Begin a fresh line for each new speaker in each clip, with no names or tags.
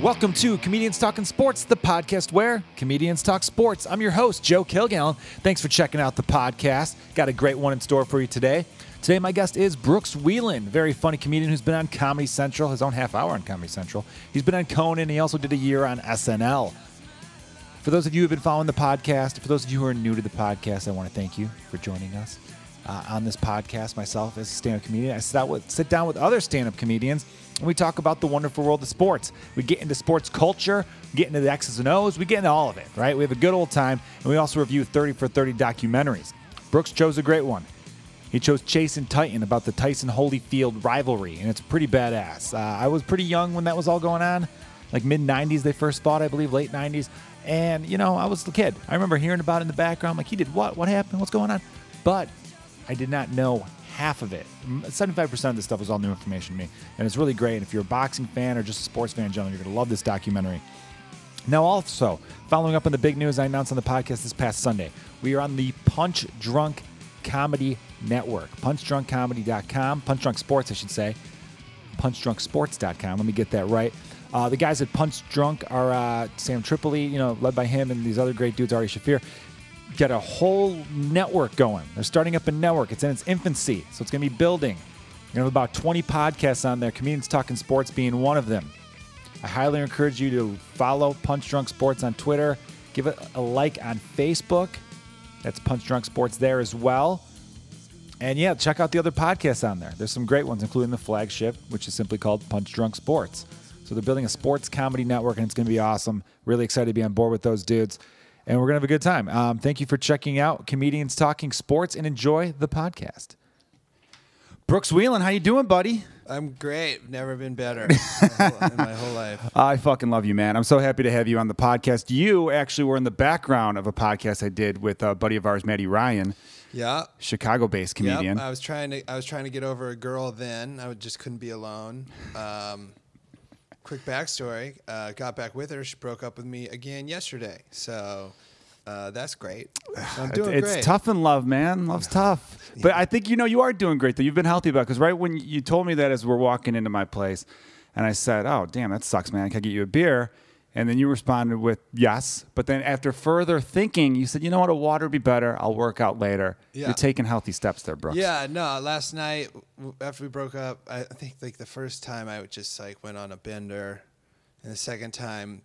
Welcome to Comedians Talking Sports, the podcast where comedians talk sports. I'm your host, Joe Kilgallen. Thanks for checking out the podcast. Got a great one in store for you today. Today, my guest is Brooks Wheelan, very funny comedian who's been on Comedy Central, his own half hour on Comedy Central. He's been on Conan. He also did a year on SNL. For those of you who have been following the podcast, for those of you who are new to the podcast, I want to thank you for joining us uh, on this podcast. Myself, as a stand-up comedian, I sit out with sit down with other stand-up comedians, and we talk about the wonderful world of sports. We get into sports culture, we get into the X's and O's, we get into all of it. Right? We have a good old time, and we also review thirty for thirty documentaries. Brooks chose a great one. He chose Chase and Titan about the Tyson Holyfield rivalry, and it's pretty badass. Uh, I was pretty young when that was all going on, like mid 90s, they first fought, I believe, late 90s. And, you know, I was a kid. I remember hearing about it in the background, like, he did what? What happened? What's going on? But I did not know half of it. M- 75% of this stuff was all new information to me, and it's really great. And if you're a boxing fan or just a sports fan in general, you're going to love this documentary. Now, also, following up on the big news I announced on the podcast this past Sunday, we are on the Punch Drunk Comedy Network, punchdrunkcomedy.com, Punch Drunk Sports, I should say, punchdrunksports.com. Let me get that right. Uh, the guys at Punch Drunk are uh, Sam Tripoli, you know, led by him and these other great dudes, Ari Shafir. Got a whole network going. They're starting up a network. It's in its infancy, so it's going to be building. You know, about 20 podcasts on there, Comedians Talking Sports being one of them. I highly encourage you to follow Punch Drunk Sports on Twitter. Give it a like on Facebook. That's Punch Drunk Sports there as well. And yeah, check out the other podcasts on there. There's some great ones, including the flagship, which is simply called Punch Drunk Sports. So they're building a sports comedy network, and it's going to be awesome. Really excited to be on board with those dudes. And we're going to have a good time. Um, thank you for checking out Comedians Talking Sports and enjoy the podcast. Brooks Wheelan, how you doing, buddy?
I'm great. Never been better in my whole- in my whole life.
I fucking love you, man. I'm so happy to have you on the podcast. You actually were in the background of a podcast I did with a buddy of ours, Maddie Ryan,
Yeah.
Chicago-based comedian.
Yep. I was trying to. I was trying to get over a girl. Then I would- just couldn't be alone. Um, quick backstory. Uh, got back with her. She broke up with me again yesterday. So uh, that's great. I'm
It's-
doing
it's
great.
tough in love, man. Love's tough. But I think you know you are doing great though. You've been healthy about because right when you told me that as we're walking into my place, and I said, "Oh, damn, that sucks, man. Can I get you a beer?" And then you responded with yes. But then after further thinking, you said, "You know what? A water would be better. I'll work out later."
Yeah.
You're taking healthy steps there, Brooks.
Yeah, no. Last night w- after we broke up, I I think like the first time I would just like went on a bender, and the second time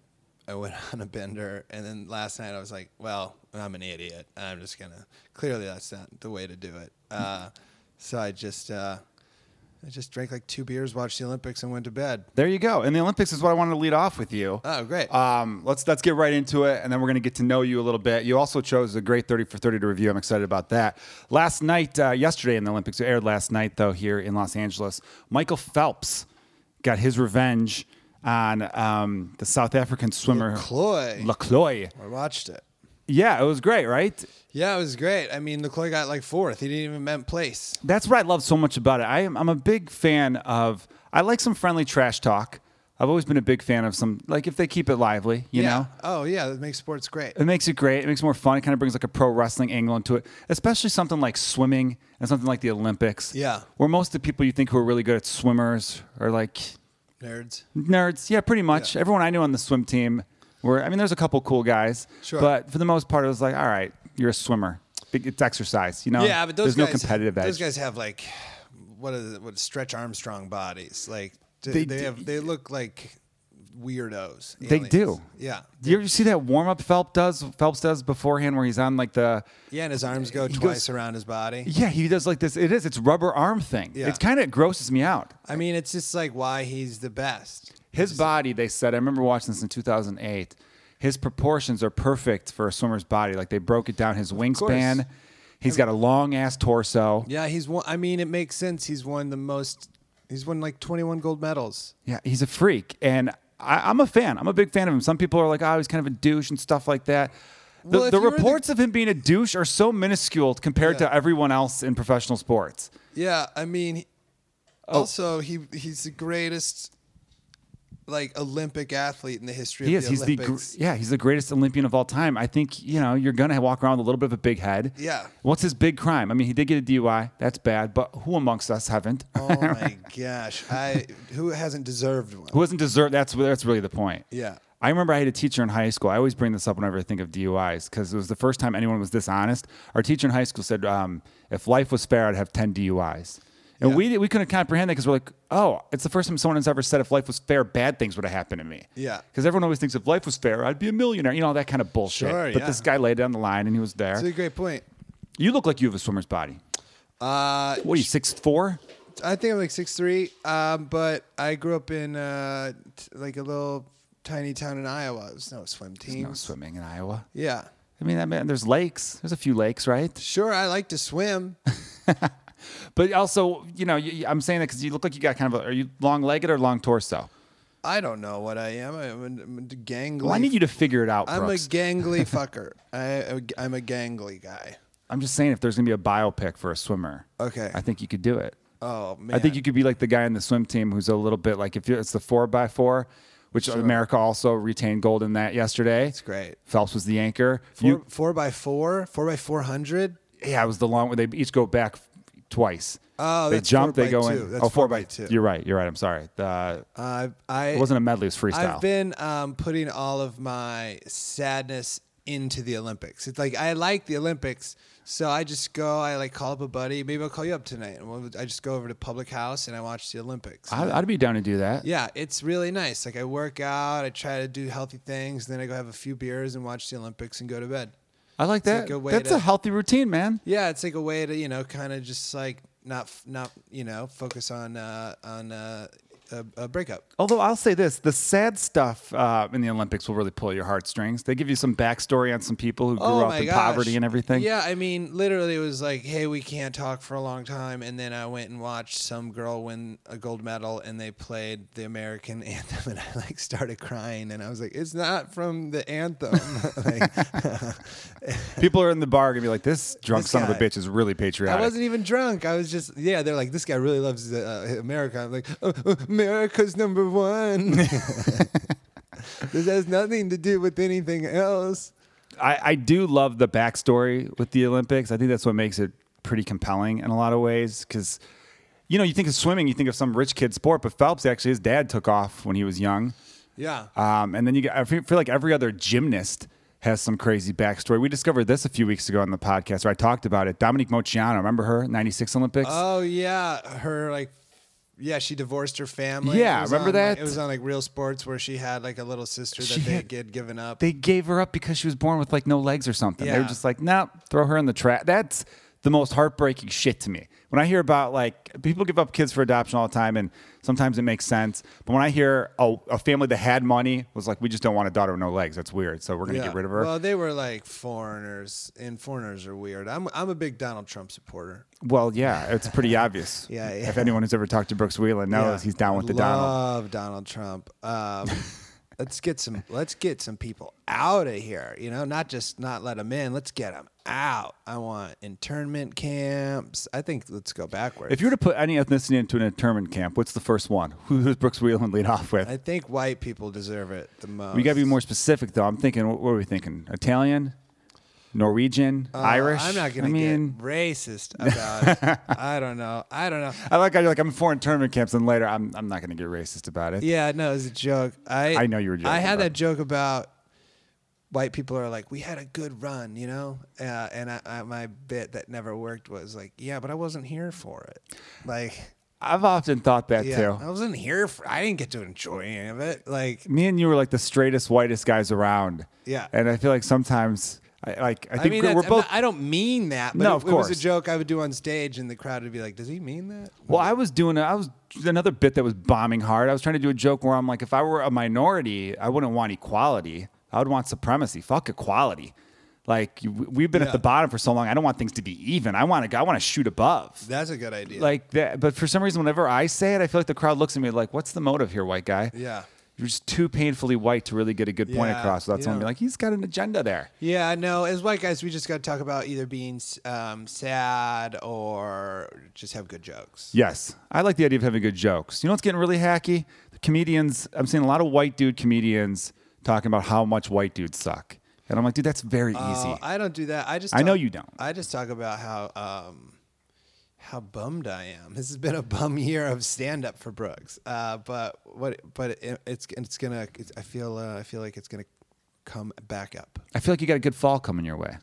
I went on a bender, and then last night I was like, well, I'm an idiot. I'm just gonna. Clearly, that's not the way to do it. Uh, so I just uh, I just drank like two beers, watched the Olympics, and went to bed.
There you go. And the Olympics is what I wanted to lead off with you.
Oh, great.
Um, let's let's get right into it, and then we're going to get to know you a little bit. You also chose a great thirty for thirty to review. I'm excited about that. Last night, uh, yesterday in the Olympics, it aired last night though here in Los Angeles. Michael Phelps got his revenge on um, the South African swimmer
Cloy.
Lacroix.
I watched it.
Yeah, it was great, right?
Yeah, it was great. I mean, Leclerc got like fourth. He didn't even meant place.
That's what I love so much about it. I am, I'm a big fan of. I like some friendly trash talk. I've always been a big fan of some, like if they keep it lively, you
yeah.
know.
Oh yeah, that makes sports great.
It makes it great. It makes it more fun. It kind of brings like a pro wrestling angle into it, especially something like swimming and something like the Olympics.
Yeah.
Where most of the people you think who are really good at swimmers are like
Nerds.
nerds. Yeah, pretty much.
Yeah.
Everyone I knew on the swim team were, I mean, there's a couple cool guys.
Sure.
But for the most part, it was like, all right, you're a swimmer. It's exercise, you know?
Yeah, but those
There's no
guys-
competitive edge.
Those guys have like what is what stretch Armstrong bodies. Like d- they
They
they,
do-
have, they look like weirdos.
They
aliens.
do.
Yeah.
Do you ever see that warm up Phelps does Phelps does beforehand where he's on like the
Yeah, and his arms go
goes-
twice around his body.
yeah he does like this it is it's rubber arm thing
Yeah.
it's kind of grosses me out
I mean, it's just like why he's the best.
His body, they said, I remember watching this in 2008. His proportions are perfect for a swimmer's body. Like they broke it down. His wingspan, he's got a long ass torso. Yeah.
Yeah, he's won. I mean, it makes sense. He's won the most. He's won like 21 gold medals.
he's a freak. And I, I'm a fan. I'm a big fan of him. Some people are like, oh, he's kind of a douche and stuff like that. The,
Well, if
the
you were the-
reports of him being a douche are so minuscule compared
Yeah.
to everyone else in professional sports. Oh.
Yeah, I mean, also he he's the greatest like Olympic athlete in the history
He
of
is.
the
He's the
Olympics.
gr- yeah. He's the greatest Olympian of all time. I think you know you're gonna walk around with a little bit of a big head.
Yeah.
What's his big crime? I mean, he did get a DUI. That's bad. But who amongst us haven't?
oh my gosh! I who hasn't deserved one?
who wasn't deserved? That's that's really the point.
Yeah.
I remember I had a teacher in high school. I always bring this up whenever I think of DUIs because it was the first time anyone was this honest. Our teacher in high school said, um, "If life was fair, I'd have ten DUIs." And
Yeah.
we we couldn't comprehend that because we're like, oh, it's the first time someone has ever said if life was fair, bad things would have happened to me.
Yeah.
Because everyone always thinks if life was fair, I'd be a millionaire, you know, that kind of bullshit.
Sure,
but
yeah.
this guy laid down the line and he was there.
That's a great point.
you look like you have a swimmer's body.
Uh,
What are you, six four?
I think I'm like six three, um, but I grew up in uh, t- like a little tiny town in Iowa. There's no swim teams.
No swimming in Iowa.
yeah,
I mean, that man, there's lakes. There's a few lakes, right?
sure. I like to swim.
But also, you know, you, you- I'm saying that because you look like you got kind of a, are you long legged or long torso?
I don't know what I am. I'm a, I'm a gangly.
Well, I need you to figure it out,
I'm
Brooks.
a gangly fucker. I, I'm a gangly guy.
I'm just saying if there's going to be a biopic for a swimmer,
Okay.
I think you could do it.
Oh man.
I think you could be like the guy in the swim team who's a little bit like if you it's the four by four, which America also retained gold in that yesterday. It's
great.
Phelps was the anchor.
four,
You,
four by four, four by four hundred.
yeah, it was the long where they each go back twice.
Oh,
they
that's
jump,
four
they
by
go
two.
in.
That's
oh,
four
four
by
by
two.
You're right. You're right. I'm sorry. The,
Uh, I
it wasn't a medley. It was freestyle.
I've been um, putting all of my sadness into the Olympics. It's like I like the Olympics, so I just go. I like call up a buddy. Maybe I'll call you up tonight, and we'll, I just go over to Public House and I watch the Olympics.
I'd, I'd be down to do that.
yeah, it's really nice. Like I work out, I try to do healthy things, then I go have a few beers and watch the Olympics and go to bed.
I like that.
like a way
That's
to-
a healthy routine, man.
Yeah, it's like a way to you know kind of just like not f- not you know focus on uh, on uh, a, a breakup.
Although I'll say this, the sad stuff uh, in the Olympics will really pull your heartstrings. They give you some backstory on some people who grew
Oh
up
my
in
gosh.
poverty and everything.
Yeah, I mean, literally, it was like, hey, we can't talk for a long time, and then I went and watched some girl win a gold medal, and they played the American anthem, and I like started crying, and I was like, it's not from the anthem. like,
People are in the bar gonna be like, "This drunk
This
son of a
guy.
bitch is really patriotic."
I wasn't even drunk. I was just, yeah. They're like, this guy really loves uh, America. I'm like, "Uh, uh, America's number one. this has nothing to do with anything else.
I, I do love the backstory with the Olympics. I think that's what makes it pretty compelling in a lot of ways because. You know, you think of swimming, you think of some rich kid sport, but Phelps actually, his dad took off when he was young.
Yeah.
Um, and then you get, I feel feel like every other gymnast has some crazy backstory. We discovered this a few weeks ago on the podcast where I talked about it. Dominique Mociano, remember her? 96 Olympics?
Oh yeah, her like yeah, she divorced her family.
Yeah,
It was
remember
on, like-
that?
it was on like Real Sports where she had like a little sister that
She
they
had-
had given up.
they gave her up because she was born with like no legs or something. They were
Yeah.
just like, nope, throw her in the trash. That's the most heartbreaking shit to me. When I hear about like people give up kids for adoption all the time, and sometimes it makes sense. But when I hear oh, a family that had money was like, we just don't want a daughter with no legs. That's weird. So we're going to
Yeah.
get rid of her.
Well, they were like foreigners, and foreigners are weird. I'm I'm a big Donald Trump supporter.
well, yeah, it's pretty obvious.
Yeah, yeah.
If anyone who's ever talked to Brooks Wheelan knows
Yeah.
Oh, he's down with the Donald.
Love Donald Trump. Um, let's get some let's get some people out of here. You know, not just not let them in. Let's get them out. I want internment camps. I think let's go backwards.
If you were to put any ethnicity into an internment camp, what's the first one? Who does Brooks Wheelan lead off with?
I think white people deserve it the most.
we got to be more specific, though. I'm thinking, what what are we thinking? Italian, Norwegian, Irish.
Uh, I'm not gonna
I mean,
get racist about it. I don't know. I don't know.
I like how you're like I'm for internment camps, and later I'm I'm not going to get racist about it.
Yeah, no, it's a joke. I
I know you were joking,
I had
but-
that joke about white people are like, we had a good run, you know, uh, and I, I, my bit that never worked was like, yeah, but I wasn't here for it. Like,
I've often thought that
yeah,
too.
I wasn't here for. I didn't get to enjoy any of it. Like,
Me and you were like the straightest, whitest guys around.
Yeah.
and I feel like sometimes, I, like I
I,
think
mean,
we're, we're
that's- I'm
both.
not- I don't mean that. But
No,
it,
of
It was
course.
a joke I would do on stage, and the crowd would be like, does he mean that?
Well, I was doing I was another bit that was bombing hard. I was trying to do a joke where I'm like, if I were a minority, I wouldn't want equality. I would want supremacy. Fuck equality. Like you- we've been
Yeah.
at the bottom for so long. I don't want things to be even. I want to. I want to shoot above.
That's a good idea.
Like that. But for some reason, whenever I say it, I feel like the crowd looks at me like, "What's the motive here, white guy?"
Yeah.
You're just too painfully white to really get a good point
Yeah,
across without someone
yeah.
being like, "He's got an agenda there."
Yeah, no. As white guys, we just got to talk about either being um, sad or just have good jokes.
Yes, I like the idea of having good jokes. You know what's getting really hacky? The comedians. I'm seeing a lot of white dude comedians talking about how much white dudes suck, and I'm like, dude, that's very easy.
Oh, I don't do that. I just
I know you don't.
I just talk about how um, how bummed I am. This has been a bum year of stand up for Brooks. Uh, but what? But it, it's it's gonna. It's, I feel uh, I feel like it's gonna come back up.
I feel like you got a good fall coming your way,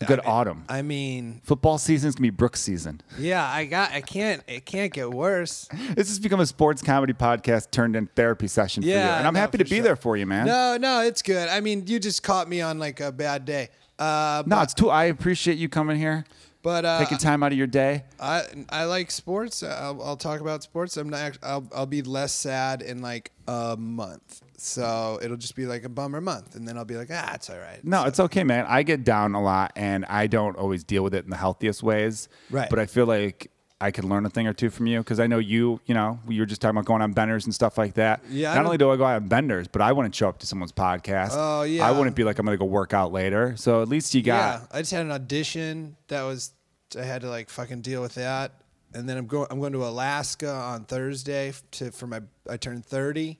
a good autumn.
I mean,
Football season's gonna be Brooks season.
yeah, I got. I can't. It can't get worse.
This has become a sports comedy podcast turned in therapy session for you,
Yeah,
and I'm
no,
happy to
for
be
sure.
there for you, man.
No, no, it's good. I mean, you just caught me on like a bad day. Uh,
No, it's too. I appreciate you coming here,
but uh,
taking time out of your day.
I I like sports. I'll, I'll talk about sports. I'm not. act- I'll I'll be less sad in like a month. So it'll just be like a bummer month, and then I'll be like, ah, it's all right.
No, it's okay, man. I get down a lot, and I don't always deal with it in the healthiest ways.
Right.
But I feel like I could learn a thing or two from you because I know you. You know, you were just talking about going on benders and stuff like that.
Yeah, I
Not
don't-
only do I go out on benders, but I wouldn't show up to someone's podcast.
Oh, yeah.
I wouldn't be like I'm gonna go work out later. So at least you got.
yeah. I just had an audition that was. I had to like fucking deal with that, and then I'm going. I'm going to Alaska on Thursday f- to for my. I turned thirty,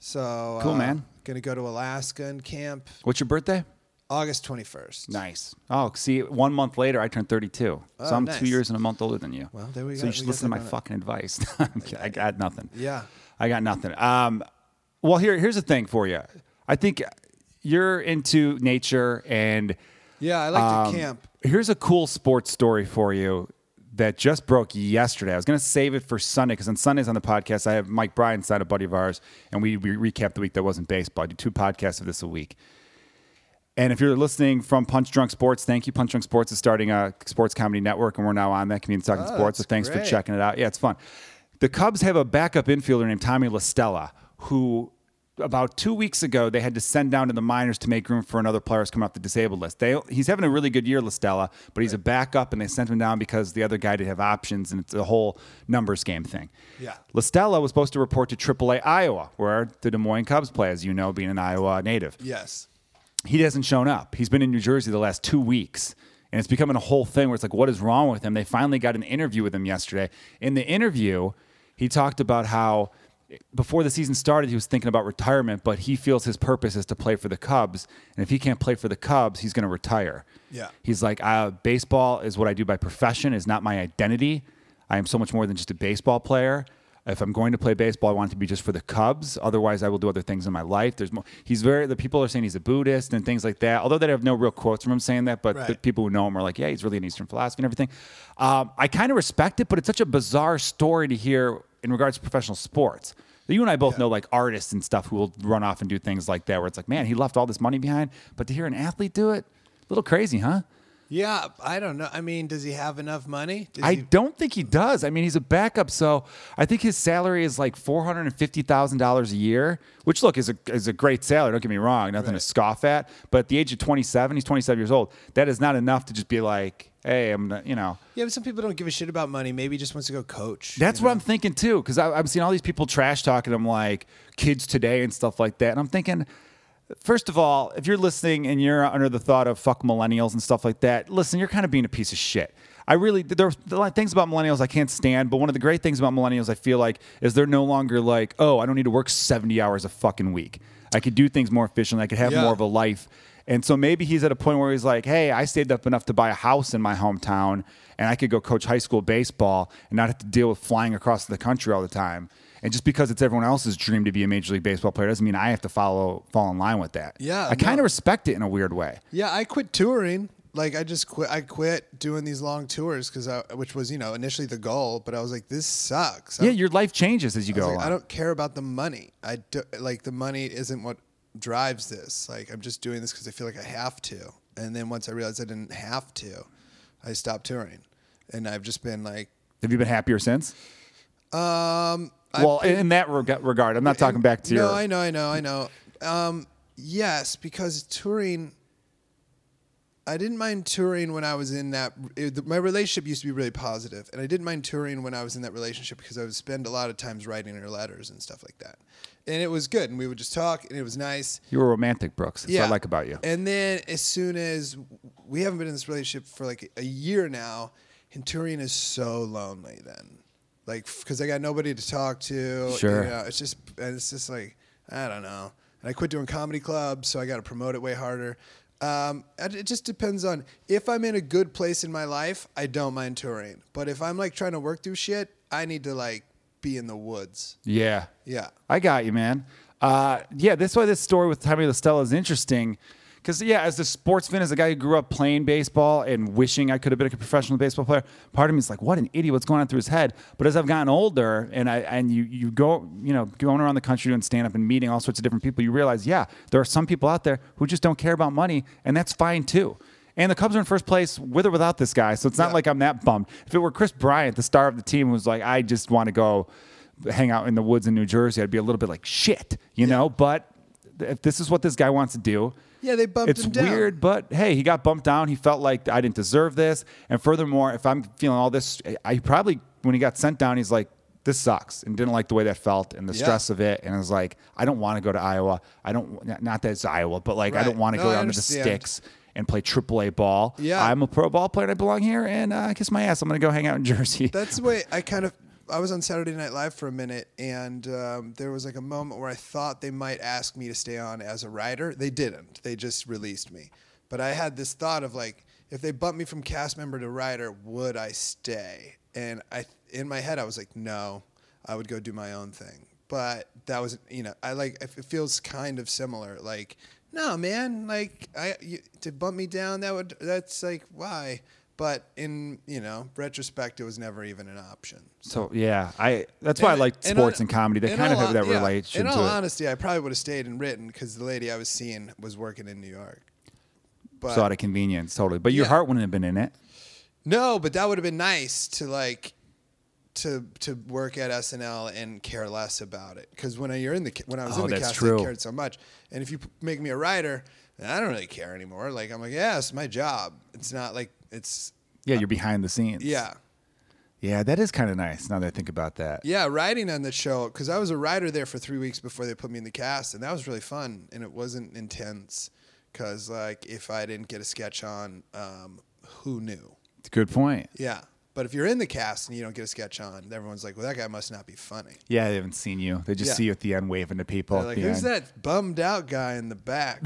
so
Cool,
uh,
man.
Gonna go to Alaska and camp
What's your birthday?
August twenty first.
Nice. Oh, see, one month later, I turned 32.
Oh,
so I'm
nice.
two years and a month older than you.
Well, there we
so
go.
you should
We got
listen to my
that on it.
fucking advice. I'm kidding. I got nothing.
Yeah.
I got nothing. Um, well, here, here's the thing for you. I think you're into nature, and
Yeah, I like
um,
to camp.
Here's a cool sports story for you that just broke yesterday. I was going to save it for Sunday because on Sundays on the podcast, I have Mike Bryan, side a buddy of ours, and we, we recap the week that wasn't baseball. I do two podcasts of this a week. And if you're listening from Punch Drunk Sports, thank you. Punch Drunk Sports is starting a sports comedy network, and we're now on that community talking sports. So
Oh, that's
thanks for
great.
checking it out. Yeah, it's fun. The Cubs have a backup infielder named Tommy LaStella, who about two weeks ago they had to send down to the minors to make room for another player who's coming off the disabled list. They, he's having a really good year, LaStella, but he's a backup, and they sent him down because the other guy didn't have options, and it's a whole numbers game thing.
Yeah.
LaStella was supposed to report to AAA Iowa, where the Des Moines Cubs play, as you know, being an Iowa native
Yes.
he hasn't shown up. He's been in New Jersey the last two weeks. And it's becoming a whole thing where it's like, what is wrong with him? They finally got an interview with him yesterday. In the interview, he talked about how before the season started, he was thinking about retirement, but he feels his purpose is to play for the Cubs. And if he can't play for the Cubs, he's going to retire.
Yeah.
He's like, uh, baseball is what I do by profession, is not my identity. I am so much more than just a baseball player. If I'm going to play baseball, I want it to be just for the Cubs. Otherwise, I will do other things in my life. There's more. He's very. The people are saying he's a Buddhist and things like that. Although they have no real quotes from him saying that, but the
Right.
people who know him are like, yeah, he's really an Eastern philosophy and everything. Um, I kind of respect it, but it's such a bizarre story to hear in regards to professional sports. You and I both know like artists and stuff who will run off and do things like that, where it's like, man, he left all this money behind. But to hear an athlete do it, a little crazy, huh?
Yeah, I don't know. I mean, does he have enough money? Does
I
he-
don't think he does. I mean, he's a backup, so I think his salary is like four hundred and fifty thousand dollars a year, which look is a is a great salary. Don't get me wrong, nothing to
Right.
scoff at. But at the age of twenty seven, he's twenty seven years old. That is not enough to just be like, hey, I'm not, you know.
Yeah, but some people don't give a shit about money. Maybe he just wants to go coach.
That's what I'm thinking too, because I'm seeing all these people trash talking them like kids today and stuff like that, and I'm thinking. First of all, if you're listening and you're under the thought of fuck millennials and stuff like that, listen, you're kind of being a piece of shit. I really there are a lot of things about millennials I can't stand, but one of the great things about millennials I feel like is they're no longer like, oh, I don't need to work 70 hours a fucking week. I could do things more efficiently. I could have
Yeah.
more of a life. And so maybe he's at a point where he's like, hey, I saved up enough to buy a house in my hometown and I could go coach high school baseball and not have to deal with flying across the country all the time. And just because it's everyone else's dream to be a major league baseball player doesn't mean I have to follow fall in line with that.
Yeah,
I kind of
no.
respect it in a weird way.
Yeah, I quit touring. Like I just quit. I quit doing these long tours because I, which was you know initially the goal, but I was like, this sucks.
Yeah, your life changes as you
I,
go
was like, I
along.
don't care about the money. I do, like the money isn't what drives this. Like I'm just doing this because I feel like I have to. And then once I realized I didn't have to, I stopped touring, and I've just been like,
Have you been happier since?
um, I
well, in in that reg- regard, I'm not talking back to
no,
your.
I know, I know, I know. Um, yes, because touring. I didn't mind touring when I was in that. It, my relationship used to be really positive, and I didn't mind touring when I was in that relationship because I would spend a lot of times writing her letters and stuff like that, and it was good. And we would just talk, and it was nice.
you were romantic, Brooks. That's what I like about you.
And then as soon as we haven't been in this relationship for like a year now, and touring is so lonely then. like because I got nobody to talk to.
Sure.
you know, it's just and it's just like I don't know. And I quit doing comedy clubs, so I got to promote it way harder. Um, and it just depends on if I'm in a good place in my life, I don't mind touring. But if I'm like trying to work through shit, I need to like be in the woods.
Yeah.
Yeah.
I got you, man. Uh, yeah, that's why this story with Tommy LaStella is interesting. Because, yeah, as a sports fan, as a guy who grew up playing baseball and wishing I could have been a professional baseball player, part of me is like, what an idiot, what's going on through his head? But as I've gotten older and I and you, you go, you know, going around the country doing stand up and meeting all sorts of different people, you realize, yeah, there are some people out there who just don't care about money, and that's fine too. And the Cubs are in first place with or without this guy. So it's not
Yeah.
like I'm that bummed. If it were Chris Bryant, the star of the team, who's like, I just want to go hang out in the woods in New Jersey, I'd be a little bit like, shit, you know? But th- if this is what this guy wants to do,
Yeah, they bumped
it's
him down.
weird, but hey, he got bumped down. He felt like I didn't deserve this. And furthermore, if I'm feeling all this, I probably, when he got sent down, he's like, this sucks and didn't like the way that felt and the
Yeah.
stress of it. And I was like, I don't want to go to Iowa. I don't, not- not that it's Iowa, but like, I
Right.
don't want to
No,
go
I
down to the
understand.
sticks and play AAA ball.
Yeah.
I'm a pro ball player and I belong here and uh, kiss my ass. I'm going to go hang out in Jersey.
That's the way I kind of. I was on Saturday Night Live for a minute, and um, there was like a moment where I thought they might ask me to stay on as a writer. They didn't. They just released me. But I had this thought of like, if they bumped me from cast member to writer, would I stay? And I, in my head, I was like, no, I would go do my own thing. But that was, you know, I like. It feels kind of similar. Like, no, man, like I you, to bump me down. That would. That's like why. But in you know retrospect, it was never even an option.
So yeah, I that's why I like sports and, comedy. They
in
kind of
all
have that
hon- yeah,
relation
In
to
all
it.
honesty, I probably would have stayed and written because the lady I was seeing was working in New York. But
so out of convenience, totally. But your
Yeah.
heart wouldn't have been in it.
no, but that would have been nice to like to to work at SNL and care less about it because when I, you're in the ca- when I was
Oh,
in the
that's
cast,
true.
I cared so much. And if you p- make me a writer, then I don't really care anymore. Like I'm like, yeah, it's my job. It's not like it's
Yeah, you're behind the scenes.
yeah.
Yeah, that is kind of nice now that I think about that.
Yeah, writing on the show because I was a writer there for three weeks before they put me in the cast, and that was really fun and it wasn't intense because like if I didn't get a sketch on, um, who knew?
It's a good point.
Yeah, but if you're in the cast and you don't get a sketch on, everyone's like, well, that guy must not be funny.
Yeah, they haven't seen you. They just
Yeah.
see you at the end waving to people.
They're
at
like,
the
who's
end.
that bummed out guy in the back?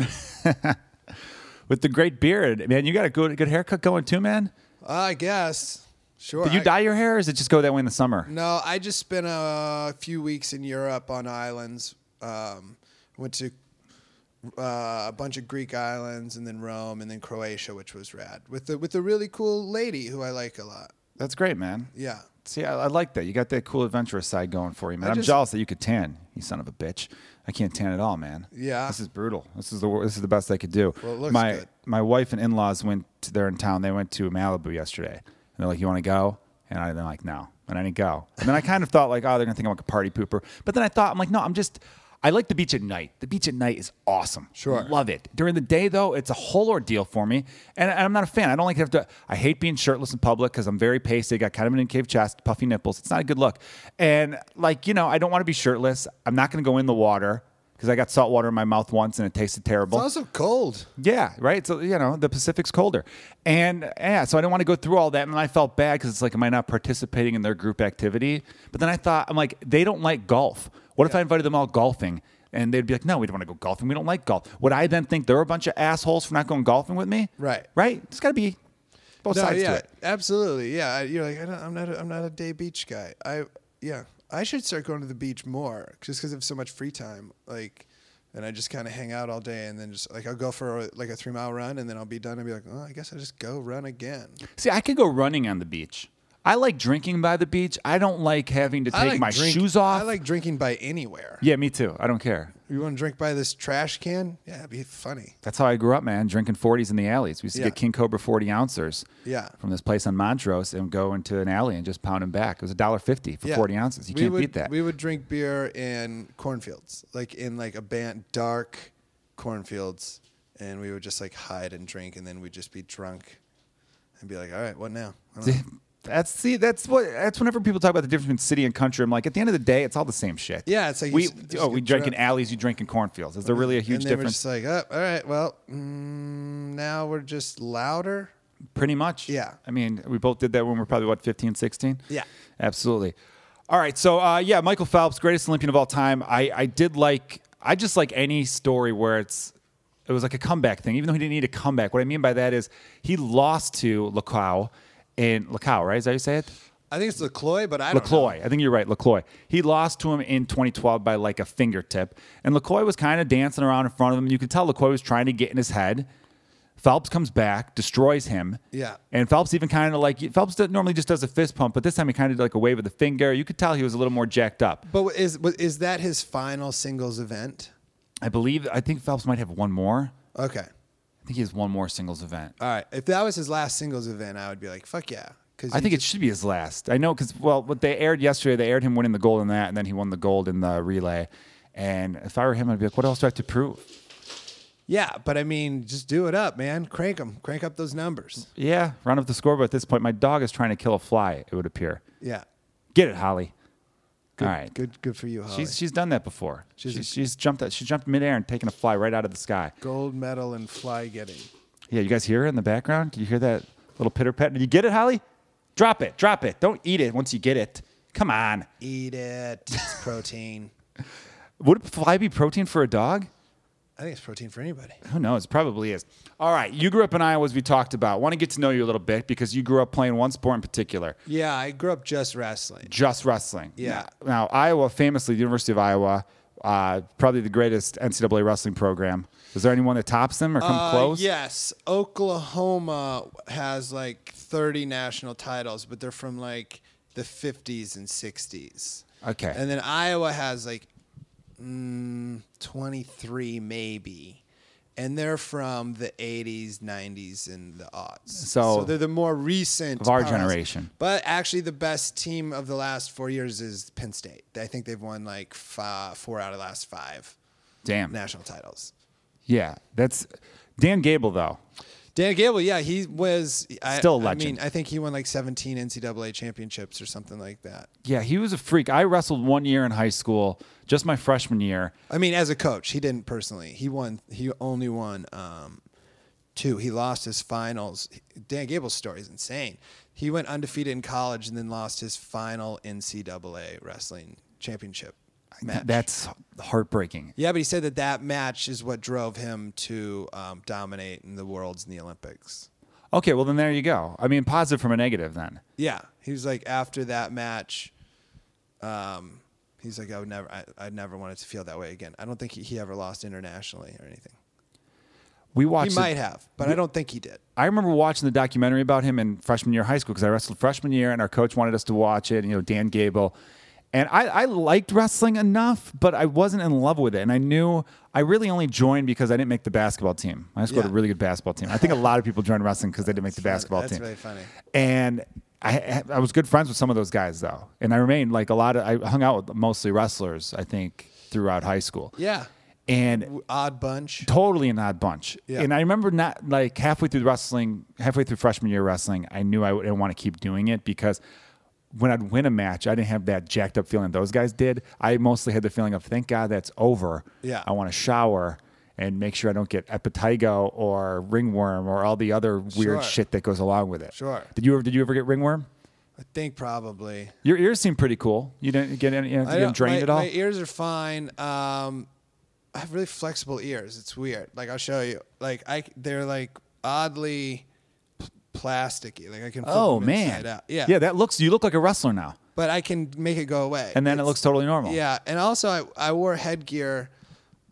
With the great beard, man. You got a good good haircut going too, man.
I guess. Sure.
But you
I-
dye your hair, or does it just go that way in the summer?
No, I just spent a few weeks in Europe on islands. Um, went to uh, a bunch of Greek islands, and then Rome, and then Croatia, which was rad. With the with a really cool lady who I like a lot.
That's great, man.
Yeah,
See, I, I like that. You got that cool adventurous side going for you, man.
I
I'm
just-
jealous that you could tan. You son of a bitch. I can't tan at all, man.
Yeah.
This is brutal. This is the wor- this is the best I could do.
Well, it looks
my
good.
my wife and in laws went. To, they're in town. They went to Malibu yesterday, and they're like, "You want to go?" And I, they're like, "No," and I didn't go. And then I kind of thought like, "Oh, they're gonna think I'm like a party pooper," but then I thought, "I'm like, no, I'm just." I like the beach at night. The beach at night is awesome.
Sure.
Love it. During the day, though, it's a whole ordeal for me, and and I'm not a fan. I don't like to have to. I hate being shirtless in public because I'm very pasty. I got kind of an incave chest, puffy nipples. It's not a good look. And like you know, I don't want to be shirtless. I'm not going to go in the water because I got salt water in my mouth once and it tasted terrible.
it's also cold.
Yeah, right. So you know the Pacific's colder, and yeah, so I didn't want to go through all that, and I felt bad because it's like, am I not participating in their group activity? But then I thought, I'm like, they don't like golf. What if I invited them all golfing, and they'd be like, no, we don't want to go golfing. We don't like golf. Would I then think they're a bunch of assholes for not going golfing with me?
Right.
Right. It's got to be both sides
yeah,
to it.
absolutely. Yeah, I- you're like, I don't, I'm not, a, I'm not a day beach guy. I, yeah, I should start going to the beach more just because I have so much free time. Like, and I just kind of hang out all day, and then just like I'll go for like a three mile run, and then I'll be done and be like, oh, I guess I just go run again.
See, I could go running on the beach. I like drinking by the beach. I don't like having to
I
take
like
my
drink-
shoes off.
I like drinking by anywhere.
yeah, me too. I don't care.
You want to drink by this trash can? Yeah, it'd be funny.
That's how I grew up, man. Drinking 40s in the alleys. We used to
Yeah.
get King Cobra 40 ouncers
Yeah.
from this place on Montrose and go into an alley and just pound them back. It was $1.50 for
Yeah.
40 ounces. You
We
can't
would-
beat that.
We would drink beer in cornfields, like in like a band dark cornfields, and we would just like hide and drink, and then we'd just be drunk, and be like, "All right, what now?" I don't know.
That's see, that's what that's whenever people talk about the difference between city and country. I'm like, at the end of the day, it's all the same shit.
Yeah, it's like you
we
s- just
oh we
get
drink in
drunk.
alleys, you drink in cornfields. Is there really a huge
and they were
difference?
just like, oh, "All right, well, mm, now we're just louder."
Pretty much.
Yeah.
I mean, we both did that when we were probably what 15, 16.
Yeah.
Absolutely. All right, so uh, yeah, Michael Phelps, greatest Olympian of all time. I, I did like, I just like any story where it's, it was like a comeback thing, even though he didn't need a comeback. What I mean by that is he lost to Lacau, and Lacau, right? Is that how you say it?
I think it's LaCroix, but I don't know.
LaCroix. I think you're right, LaCroix. He lost to him in 2012 by like a fingertip. And LaCroix was kind of dancing around in front of him. You could tell LaCroix was trying to get in his head. Phelps comes back, destroys him.
Yeah.
And Phelps even kind of like, Phelps does- normally just does a fist pump, but this time he kind of did like a wave of the finger. You could tell he was a little more jacked up.
But is is that his final singles event?
I believe, I think Phelps might have one more.
Okay.
I think he has one more singles event.
All right. If that was his last singles event, I would be like, fuck yeah. Because
I think it should be his last. I know because well, what they aired yesterday, they aired him winning the gold in that, and then he won the gold in the relay. And if I were him, I'd be like, what else do I have to prove?
yeah, but I mean, just do it up, man. Crank them. Crank up those numbers.
Yeah, round up the scoreboard at this point. My dog is trying to kill a fly. It would appear.
Yeah.
Get it, Holly.
Good,
All right.
Good. Good for you, Holly.
She's she's done that before.
She's
She's
a-
she's, jumped that she jumped midair and taken a fly right out of the sky.
Gold medal in fly getting.
Yeah, you guys hear her in the background? Can you hear that little pitter pat? Did you get it, Holly? Drop it, drop it. Don't eat it once you get it. Come on.
Eat it. It's protein.
Would fly be protein for a dog?
I think it's protein for anybody.
Who knows? Probably is. All right. You grew up in Iowa, as we talked about. Want to get to know you a little bit because you grew up playing one sport in particular.
Yeah, I grew up just wrestling.
just wrestling.
Yeah.
Now, now, Iowa, famously, the University of Iowa, uh, probably the greatest NCAA wrestling program. Is there anyone that tops them or come
Uh,
close?
Yes, Oklahoma has like 30 national titles, but they're from like the 50s and 60s.
Okay.
And then Iowa has like mm, 23 maybe. And they're from the 80s, 90s, and the aughts.
So-
they're the more recent
Of our
powerhouse.
generation.
But actually, the best team of the last four years is Penn State. I think they've won like five, four out of the last five
Damn.
national titles.
Yeah. That's Dan Gable, though.
Dan Gable, yeah, he was I,
Still a
I
legend.
mean, I think he won like 17 NCAA championships or something like that.
Yeah, he was a freak. I wrestled one year in high school, just my freshman year.
I mean, as a coach, he didn't personally. He won. He only won um, two. He lost his finals. Dan Gable's story is insane. He went undefeated in college and then lost his final NCAA wrestling championship match.
That's heartbreaking.
yeah, but he said that that match is what drove him to um, dominate in the worlds and the Olympics.
Okay, well, then there you go. I mean, positive from a negative, then.
Yeah, he was like after that match, um, he's like, I would never, I, I never wanted to feel that way again. I don't think he, he ever lost internationally or anything.
We watched.
he
the-
might have, but I don't think he did.
I remember watching the documentary about him in freshman year of high school because I wrestled freshman year and our coach wanted us to watch it. You know, Dan Gable, and I, I liked wrestling enough, but I wasn't in love with it. And I knew I really only joined because I didn't make the basketball team. I just got a
Yeah.
really good basketball team. I think a lot of people joined wrestling because they didn't make the basketball
That's
team.
really funny.
And I, I was good friends with some of those guys though, and I remained like a lot of. I hung out with mostly wrestlers. I think throughout high school.
Yeah,
And
W- odd bunch.
totally an odd bunch.
Yeah.
And I remember not like halfway through wrestling, halfway through freshman year wrestling, I knew I didn't want to keep doing it because when I'd win a match, I didn't have that jacked up feeling those guys did. I mostly had the feeling of thank God that's over.
Yeah.
I want to shower and make sure I don't get epitigo or ringworm or all the other
Sure.
weird shit that goes along with it.
Sure.
Did you ever did you ever get ringworm?
I think probably.
Your ears seem pretty cool. You didn't get any you didn't
I don't-
drained
my,
at all?
My ears are fine. Um, I have really flexible ears. It's weird. Like I'll show you. Like I, they're like oddly p- plasticky. Like I can. Flip
oh
them
man.
inside out. Yeah.
Yeah, that looks you look like a wrestler now.
But I can make it go away.
And then it
It's-
looks totally normal.
Yeah, and also I, I wore headgear.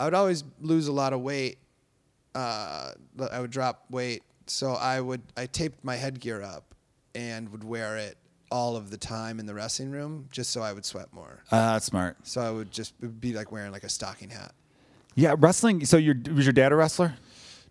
I would always lose a lot of weight. Uh, but I would drop weight, so I would I taped my headgear up and would wear it all of the time in the wrestling room just so I would sweat more.
Uh, that's smart.
So I would just it would be like wearing like a stocking hat.
Yeah, wrestling. So your was your dad a wrestler?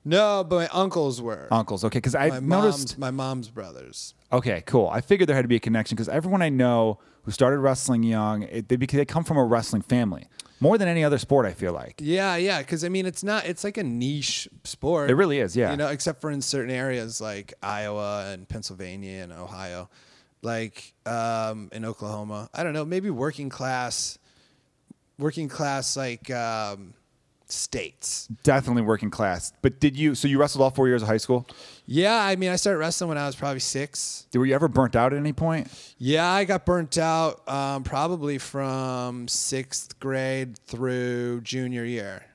No, but my uncles were.
Uncles. Okay, because I
my
Uh, noticed.
mom's my mom's brothers.
Okay, cool. I figured there had to be a connection because everyone I know who started wrestling young, it, they because they come from a wrestling family more than any other sport. I feel like.
Yeah, yeah, because I mean, it's not. It's like a niche sport.
It really is, yeah.
You know, except for in certain areas like Iowa and Pennsylvania and Ohio, like um, in Oklahoma. I don't know. Maybe working class, working class like um, states.
Definitely working class. But did you? So you wrestled all four years of high school.
Yeah, I mean, I started wrestling when I was probably six.
Did, were you ever burnt out at any point?
Yeah, I got burnt out um, probably from sixth grade through junior year.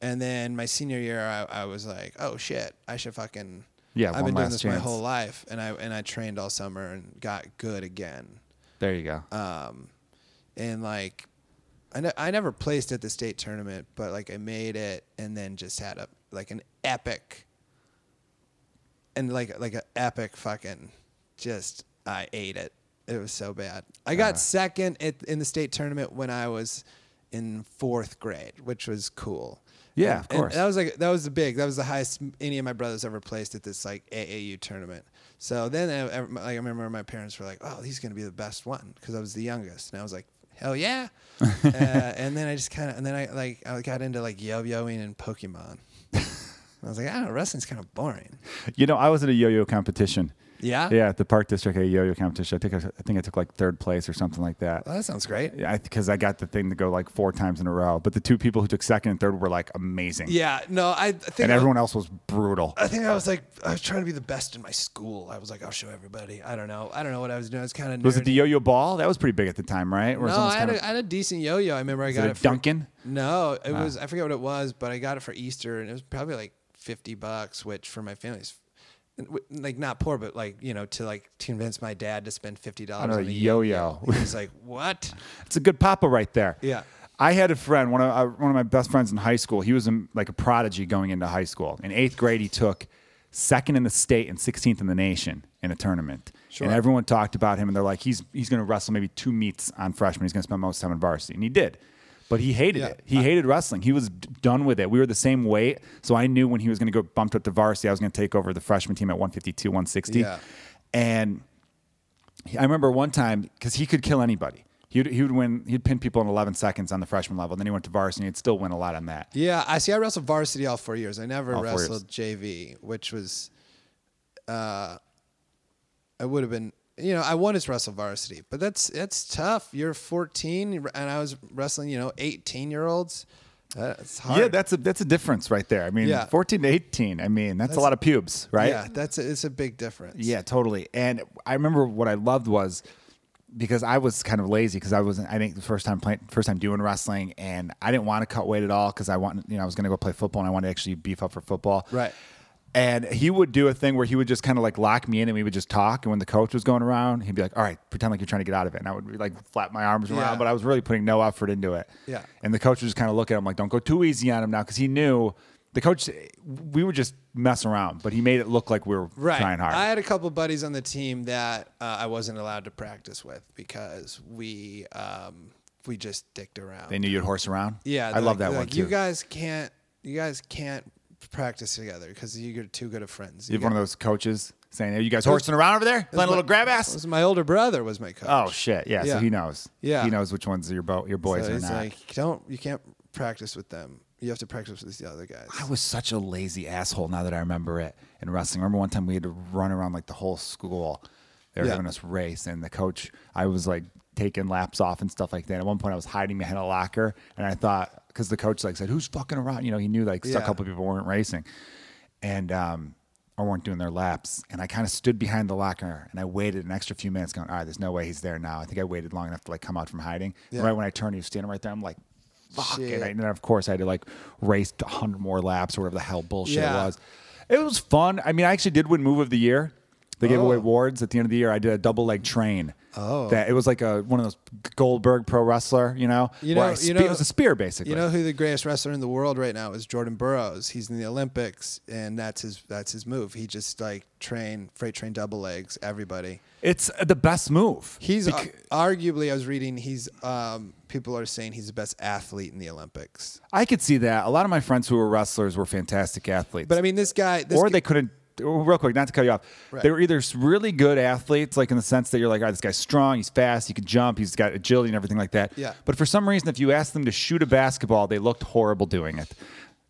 And then my senior year, I, I was like, oh shit, I should fucking.
Yeah,
I've
one
been doing
last
this my
chance.
whole life. And I, and I trained all summer and got good again.
There you go.
Uh, and like I, ne- I never placed at the state tournament but like i made it and then just had a like an epic and like like an epic fucking just i ate it it was so bad i got
Uh-huh.
second at, in the state tournament when i was in fourth grade which was cool
Yeah,
And-
of
and
course.
that was like that was the big that was the highest any of my brothers ever placed at this like aau tournament so then I, I- like, I remember my parents were like oh he's going to be the best one because i was the youngest and i was like hell yeah uh, and then i just kind of and then i like i got into like yo-yoing and pokemon i was like i don't know wrestling's kind of boring
you know, I was at a yo-yo competition.
yeah
Yeah, at the park district, I had a yo-yo competition. I think I, I think I took like third place or something like Oh, that.
well, that sounds great
Because I, got the thing to go like four times in a row. But the two people who took second and third were like amazing.
yeah Uh, no i I think
And
I-
everyone else was brutal.
I think I was like I was trying to be the best in my school. I was like, I'll show everybody. I don't know. I don't know what I was doing. I was kind of
Was it the yo-yo ball? That was pretty big at the time, right? Where
No,
it's almost
I had,
kind
a, I had a decent yo-yo. I remember I
it
got it,
a Ah.
for
Duncan?
No, it was I forget what it was, but I got it for Easter, and it was probably like fifty bucks, which for my family's like not poor, but like you know to like to convince my dad to spend fifty dollars
a
on a
yo-yo.
He was like, "What?
It's a good papa right there.
Yeah.
I had a friend, one of uh, one of my best friends in high school. He was um like a prodigy going into high school. In eighth grade, he took second in the state and sixteenth in the nation in a tournament.
Sure.
And everyone talked about him, and they're like, he's he's going to wrestle maybe two meets on freshman. He's going to spend most time in varsity, and he did. But he hated
Yeah.
it. He hated wrestling. He was d- done with it. We were the same weight, so I knew when he was going to go bumped up to varsity, I was going to take over the freshman team at 152, 160.
Yeah.
And I remember one time because he could kill anybody. He would, he would win. He'd pin people in 11 seconds on the freshman level. Then he went to varsity. and He'd still win a lot on that.
Yeah, I see. I wrestled varsity all four years. I never
All four years.
wrestled JV, which was, uh, I would have been. You know, I wanted to wrestle varsity, but that's that's tough. You're 14, and I was wrestling. You know, 18 year olds. That's hard.
Yeah, that's a that's a difference right there. I mean,
Yeah.
14 to 18. I mean, that's, a lot of pubes, right?
Yeah, that's a, it's a big difference.
Yeah, totally. And I remember what I loved was because I was kind of lazy because I was I think the first time playing first time doing wrestling and I didn't want to cut weight at all because I wanted you know I was going to go play football and I wanted to actually beef up for football.
Right.
And he would do a thing where he would just kind of like lock me in and we would just talk. And when the coach was going around, he'd be like, "All right, pretend like you're trying to get out of it." And I would be like flap my arms around,
Yeah.
but I was really putting no effort into it.
Yeah.
And the coach was just kind of looking at him like, "Don't go too easy on him now," because he knew the coach. We were just messing around, but he made it look like we were
right.
trying hard.
I had a couple buddies on the team that uh, I wasn't allowed to practice with because we um, we just dicked around.
They knew you'd horse around.
Yeah,
I
they're
love
like-
that
they're
one
like,
too.
You guys can't, you guys can't practice together because you're too good of friends.
you have one of those coaches saying, "Are you guys horsing around over there, playing a little grab ass?"
Was my older brother was my coach.
Oh shit! Yeah, so
Yeah.
he knows.
Yeah.
he knows which ones are your bo- your boys
so
are
he's
not.
like, don't you can't practice with them. You have to practice with the other guys.
I was such a lazy asshole. Now that I remember it in wrestling, remember one time we had to run around like the whole school. They were
Yeah.
having us race, and the coach, I was like taking laps off and stuff like that. At one point, I was hiding behind a locker, and I thought because the coach like said, "Who's fucking around?" You know, he knew like a
Yeah.
couple people weren't racing, and um, or weren't doing their laps. And I kind of stood behind the locker and I waited an extra few minutes, going, "All right, there's no way he's there now." I think I waited long enough to like come out from hiding. And
Yeah.
Right when I turned, he was standing right there. I'm like. Fuck, and,
Shit.
I, and then of course I had to like race a hundred more laps or whatever the hell bullshit it
Yeah.
was. It was fun. I mean, I actually did win move of the year. They gave
Oh.
away awards at the end of the year. I did a double leg train.
Oh.
that it was like a one of those Goldberg pro wrestler, you know.
You
where I
know- you
spe-
know-
it was a spear basically.
you know who the greatest wrestler in the world right now is? Jordan Burroughs. He's in the Olympics, and that's his that's his move. He just like train freight train double legs everybody.
it's the best move.
He's
Bec-
ar- arguably, I was reading, he's um, people are saying he's the best athlete in the Olympics.
I could see that. A lot of my friends who were wrestlers were fantastic athletes.
But I mean, this guy, this
or
guy-
they couldn't. oh, Real quick, not to cut you off.
Right.
They were either really good athletes, like in the sense that you're like, all right, this guy's strong, he's fast, he can jump, he's got agility and everything like that.
Yeah.
But for some reason, if you asked them to shoot a basketball, they looked horrible doing it.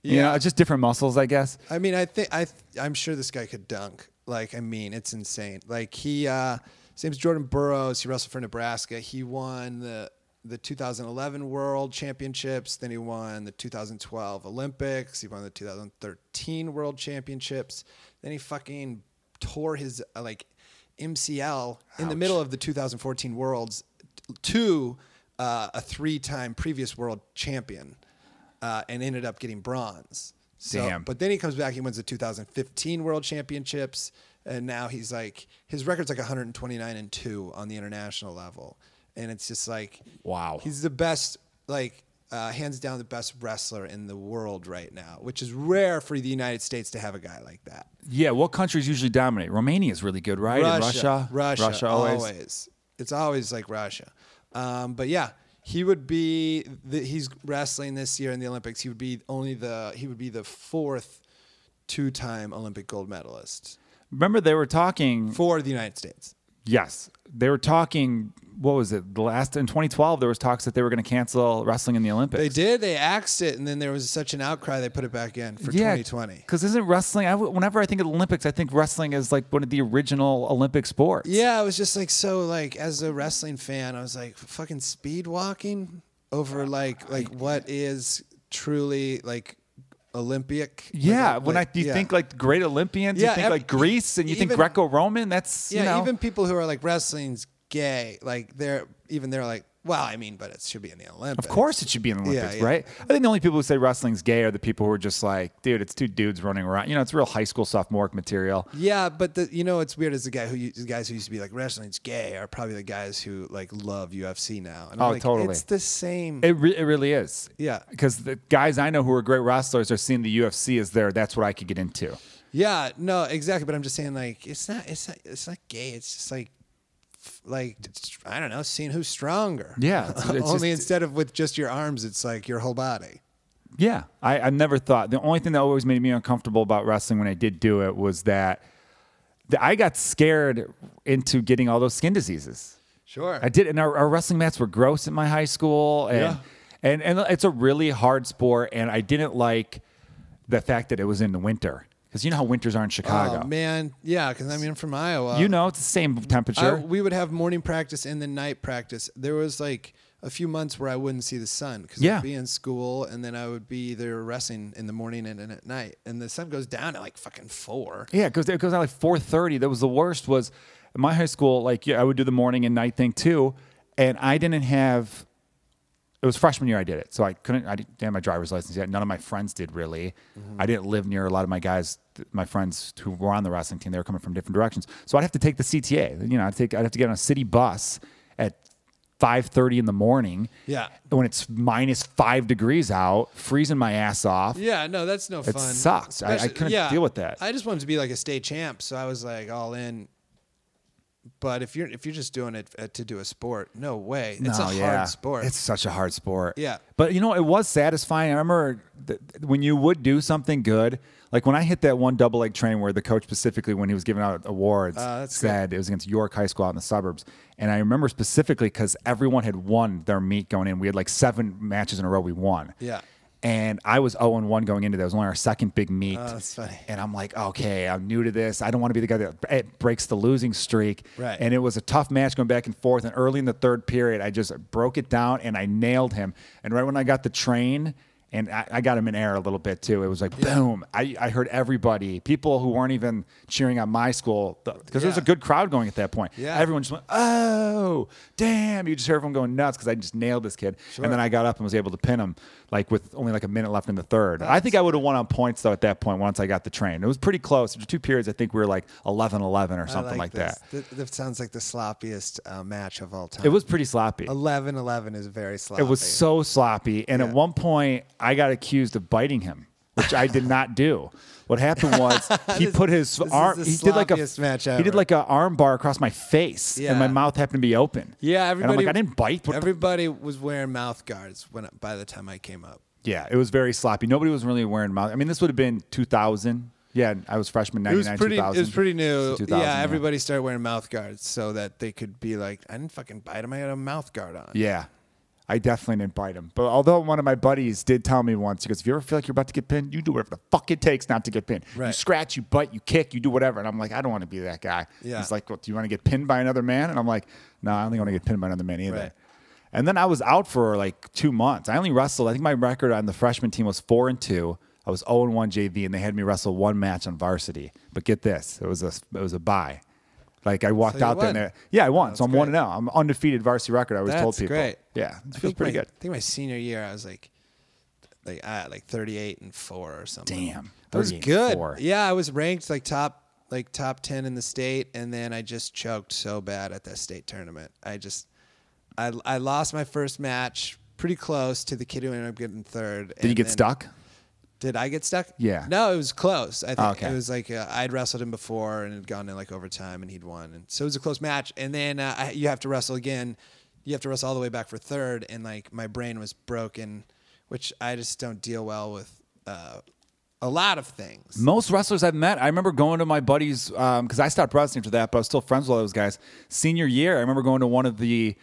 You
Yeah.
know, it's just different muscles, I guess.
I mean, I think I th- I'm sure this guy could dunk. Like, I mean, it's insane. Like he, uh, his name's Jordan Burroughs. He wrestled for Nebraska. He won the the 2011 World Championships. Then he won the 2012 Olympics. He won the 2013 World Championships. Then he fucking tore his uh, like MCL in the middle of the 2014 Worlds to uh, a three-time previous world champion, uh, and ended up getting bronze. So,
Damn.
But then he comes back. He wins the 2015 World Championships, and now he's like his record's like 129 and two on the international level, and it's just like
Wow.
he's the best, like uh, hands down the best wrestler in the world right now, which is rare for the United States to have a guy like that.
Yeah, what countries usually dominate? Romania is really good, right? And Russia,
Russia,
Russia always.
It's always like Russia. Um, but yeah, he would be. The, he's wrestling this year in the Olympics. He would be only the. He would be the fourth two-time Olympic gold medalist
Remember they were talking.
for the United States.
Yes, they were talking. What was it? The last in 2012, there was talks that they were going to cancel wrestling in the Olympics.
They did. They axed it, and then there was such an outcry. They put it back in for 2020.
Because isn't wrestling? I, w- whenever I think of the Olympics, I think wrestling is like one of the original Olympic sports.
Yeah, I was just like so like as a wrestling fan, I was like fucking speed walking over like like what is truly like Olympic.
Yeah,
Like,
when
like,
I you
yeah.
think like great Olympians, you
Yeah,
think
ev-
like Greece, and you think
even-
Greco-Roman. That's
yeah,
you know,
even people who are like wrestling's gay, like they're even they're like, well, I mean, but it should be in the Olympics.
Of course, it should be in the
Yeah,
Olympics,
yeah.
right? I think the only people who say wrestling's gay are the people who are just like, dude, it's two dudes running around. You know, it's real high school sophomoric material.
Yeah, but the you know what's weird is the guy who u- the guys who used to be like wrestling's gay are probably the guys who like love UFC now. And I'm
Oh,
like,
totally.
It's the same.
It, re- it really is.
Yeah.
Because the guys I know who are great wrestlers are seeing the UFC as their, that's what I could get into.
Yeah, no, exactly. But I'm just saying, like, it's not, it's not, it's not gay. It's just like, f- like, it's- I don't know, seeing who's stronger.
Yeah, it's- it's
Only
just-
instead of with just your arms, it's like your whole body.
Yeah. I, I never thought, the only thing that always made me uncomfortable about wrestling when I did do it was that that I got scared into getting all those skin diseases.
Sure.
I did, and our, our wrestling mats were gross at my high school, and and and it's a really hard sport, and I didn't like the fact that it was in the winter because you know how winters are in Chicago.
oh man, yeah, because I mean, I'm from Iowa.
You know, it's the same temperature.
I- we would have morning practice and then night practice. There was like a few months where I wouldn't see the sun because
Yeah.
I'd be in school and then I would be either wrestling in the morning and, and at night, and the sun goes down at like fucking four.
Yeah, because it goes out like four thirty. That was the worst. Was at my high school like yeah, I would do the morning and night thing too, and I didn't have. It was freshman year I did it, so I couldn't. I didn't have my driver's license yet. None of my friends did really. I didn't live near a lot of my guys. th- My friends who were on the wrestling team, they were coming from different directions, so I'd have to take the CTA. You know, I'd take. I'd have to get on a city bus at. 5:30 in the morning.
Yeah.
When it's minus 5 degrees out, freezing my ass off.
Yeah, no, that's no fun.
sucked. I- I
Especially-
couldn't deal with that.
I just wanted to be like a state champ, so I was like all in. But if you're if you're just doing it uh, to do a sport, no way. It's a
No,
hard
yeah.
sport.
It's such a hard sport.
Yeah.
But you know, it was satisfying. I remember th- th- when you would do something good, like when I hit that one double leg train where the coach specifically, when he was giving out awards,
Ah, that's
said it was against York High School out in the suburbs. And I remember specifically because everyone had won their meet going in. We had like seven matches in a row we won.
Yeah.
And I was 0 1 going into that. It was only our second big meet.
Ah, that's funny.
And I'm like, okay, I'm new to this. I don't want to be the guy that eh, breaks the losing streak.
Right.
And it was a tough match going back and forth. And early in the third period, I just broke it down and I nailed him. And right when I got the train, and I, I got him in air a little bit too. It was like boom. I, I heard everybody, people who weren't even cheering on my school, because there was a
Yeah.
good crowd going at that point.
Yeah.
Everyone just went, oh, damn. You just heard everyone going nuts because I just nailed this kid. And then I got up and was able to pin him like with only like a minute left in the third. I think I would have won on points though at that point once I got the train. It was pretty close. There were two periods. I think we were like 11 11 or
I
something like,
this.
that.
Th- That, sounds like the sloppiest uh, match of all time.
It was pretty sloppy.
11-11 is very sloppy.
It was so sloppy. And at one point, I got accused of biting him, which I did not do. What happened was he
This-
put his
this is
arm.
the
He did like a
sloppiest match
he
ever.
did like an arm bar across my face, and my
Yeah.
mouth happened to be open.
yeah,
And I'm
everybody.
like, I didn't bite. What the
everybody was wearing mouth guards when by the time I came up.
Yeah, it was very sloppy. Nobody was really wearing mouth. I mean, this would have been 2000. Yeah, I was freshman
It was
99,
pretty. It
2000.
was pretty new.
So 2000,
Yeah, everybody started wearing mouth guards so that they could be like, I didn't fucking bite him. I had a mouth guard on.
Yeah. I definitely didn't bite him. But although one of my buddies did tell me once, he goes, if you ever feel like you're about to get pinned, you do whatever the fuck it takes not to get pinned. You
Right.
scratch, you bite, you kick, you do whatever. And I'm like, I don't want to be that guy.
Yeah.
He's like, well, do you want to get pinned by another man? And I'm like, no, I don't think I want to get pinned by another man either.
Right.
And then I was out for like two months. I only wrestled. I think my record on the freshman team was four and two. I was zero and one JV, and they had me wrestle one match on varsity. But get this, it was a it was a bye. Like I walked
you
out there,
won.
and they- yeah, I won. so I'm one
great.
and zero. I'm undefeated varsity record. I always told
That's
people.
great.
Yeah, it
I
feels
think
pretty
my-
good.
I think my senior year, I was like, like ah, like 38 and four or something.
Damn,
that was
38 and
good.
four.
Yeah, I was ranked like top, like top 10 in the state, and then I just choked so bad at that state tournament. I just, I, I lost my first match pretty close to the kid who ended up getting third.
Did you get stuck?
Did I get stuck?
Yeah. Oh,
No, it was close. I think
Okay.
it was like uh, I'd wrestled him before and had gone in like overtime and he'd won, and so it was a close match. And then uh, I, you have to wrestle again. You have to wrestle all the way back for third, and like my brain was broken, which I just don't deal well with uh, a lot of things.
Most wrestlers I've met, I remember going to my buddies because I stopped wrestling after that, but I was still friends with all those guys. Senior year, I remember going to one of the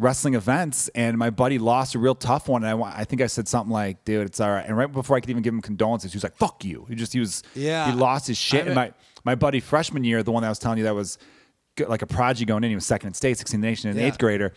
wrestling events, and my buddy lost a real tough one. And I, wa- I think I said something like, "Dude, it's all right." And right before I could even give him condolences, he was like, "Fuck you!" He just he was
Yeah.
he lost his shit.
I
and
re-
my my buddy freshman year, the one that I was telling you that was g- like a prodigy going in, he was second in state, 16th in the nation, and
Yeah.
eighth grader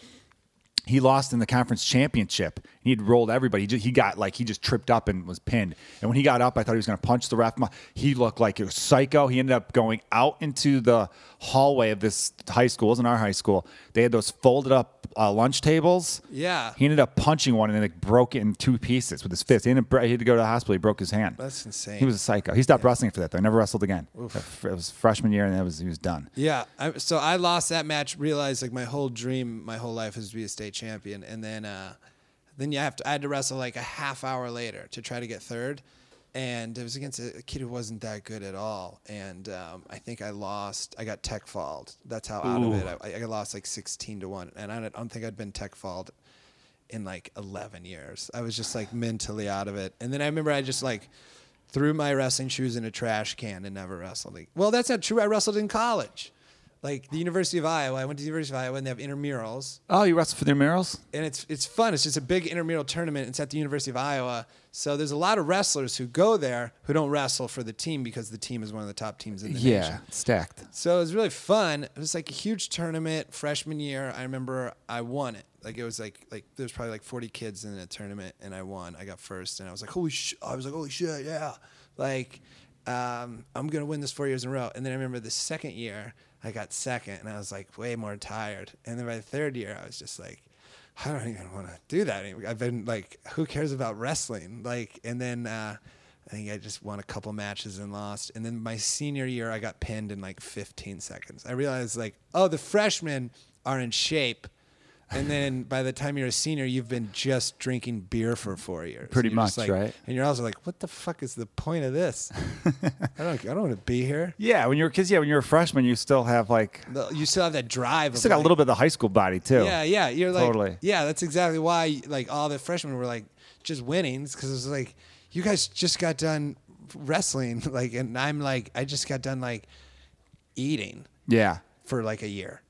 he lost in the conference championship. He had rolled everybody. He, just, he got like he just tripped up and was pinned. And when he got up, I thought he was going to punch the ref. My- He looked like a psycho. He ended up going out into the hallway of this high school. It wasn't our high school. They had those folded up uh, lunch tables.
Yeah.
He ended up punching one and then like broke it in two pieces with his fist. He, ended up, bre- he had to go to the hospital. He broke his hand.
That's insane.
He was a psycho. He stopped wrestling for that though. He never wrestled again. It was freshman year and that was he was done.
Yeah, I, so I lost that match. Realized like my whole dream, my whole life was to be a state champion, and then uh, then you have to. I had to wrestle like a half hour later to try to get third, and it was against a a kid who wasn't that good at all. And um, I think I lost. I got tech falled. That's how out of it. I, I lost like sixteen to one, and I don't, I don't think I'd been tech falled in like 11 years. I was just like mentally out of it. And then I remember I just like threw my wrestling shoes in a trash can and never wrestled. ag- Well, that's not true. I wrestled in college. Like the University of Iowa, I went to the University of Iowa and they have intramurals
Oh, you wrestled for the murals?
and it's it's fun. It's just a big intramural tournament. It's at the University of Iowa, so there's a lot of wrestlers who go there who don't wrestle for the team because the team is one of the top teams in the
Yeah,
nation.
stacked.
So it was really fun. It was like a huge tournament freshman year. I remember I won it. Like it was like like there was probably like 40 kids in the tournament, and I won. I got first, and I was like, holy shit! I was like, holy shit, yeah! Like um, I'm gonna win this four years in a row. And then I remember the second year I got second, and I was like way more tired. And then by the third year, I was just like, I don't even want to do that anymore. I've been like, who cares about wrestling? Like, and then uh, I think I just won a couple matches and lost. And then my senior year, I got pinned in like 15 seconds. I realized like, oh, the freshmen are in shape. And then by the time you're a senior, you've been just drinking beer for four years.
Pretty
And you're just
much,
like-
right?
And you're also like, what the fuck is the point of this? I don't, I don't want to be here.
Yeah, when you're because yeah, when you're a freshman, you still have like
The- You still have that drive. of,
still got a
like,
little bit of the high school body too.
Yeah, yeah. You're like,
Totally.
yeah, that's exactly why like all the freshmen were like just winning because it was like you guys just got done wrestling like, and I'm like I just got done like eating
yeah,
for like a year.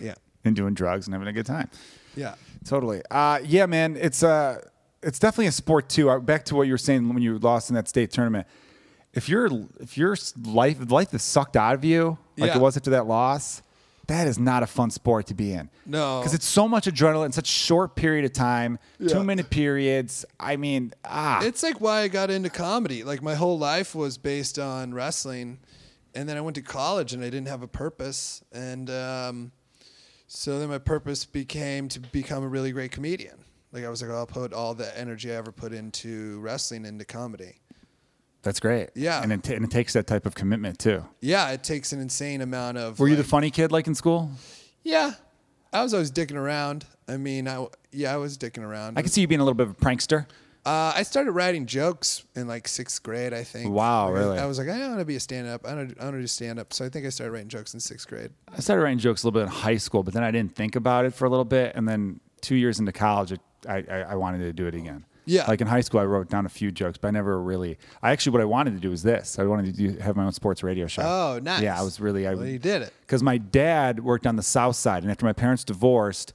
yeah,
and doing drugs and having a good time.
yeah.
Totally. Uh, yeah, man, it's uh, it's definitely a sport too. Uh, Back to what you were saying when you lost in that state tournament. If your if your s- life life is sucked out of you like
Yeah.
it was after that loss, that is not a fun sport to be in.
No.
because it's so much adrenaline, such short period of time,
Yeah.
two minute periods. I mean, ah,
It's like why I got into comedy. Like my whole life was based on wrestling, and then I went to college and I didn't have a purpose, and um, so then my purpose became to become a really great comedian. Like I was like, I'll put all the energy I ever put into wrestling into comedy.
that's great.
Yeah.
and it, ta- and it takes that type of commitment too.
Yeah, it takes an insane amount of.
Were you the
like-
funny kid like in school?
Yeah, I was always dicking around. I mean, I w- yeah, I was dicking around.
I can see you being a little bit of a prankster.
Uh, I started writing jokes in like sixth grade, I think.
Wow,
Like, I-
really?
I was like, I don't want to be a stand up. I don't, I want to do stand up. So I think I started writing jokes in sixth grade.
I started writing jokes a little bit in high school, but then I didn't think about it for a little bit, and then two years into college, it, I, I I wanted to do it again.
Yeah.
like in high school, I wrote down a few jokes, but I never really. I actually what I wanted to do was this. I wanted to do, have my own sports radio show.
Oh, nice.
Yeah, I was really. I
Well, you did it.
because my dad worked on the south side and after my parents divorced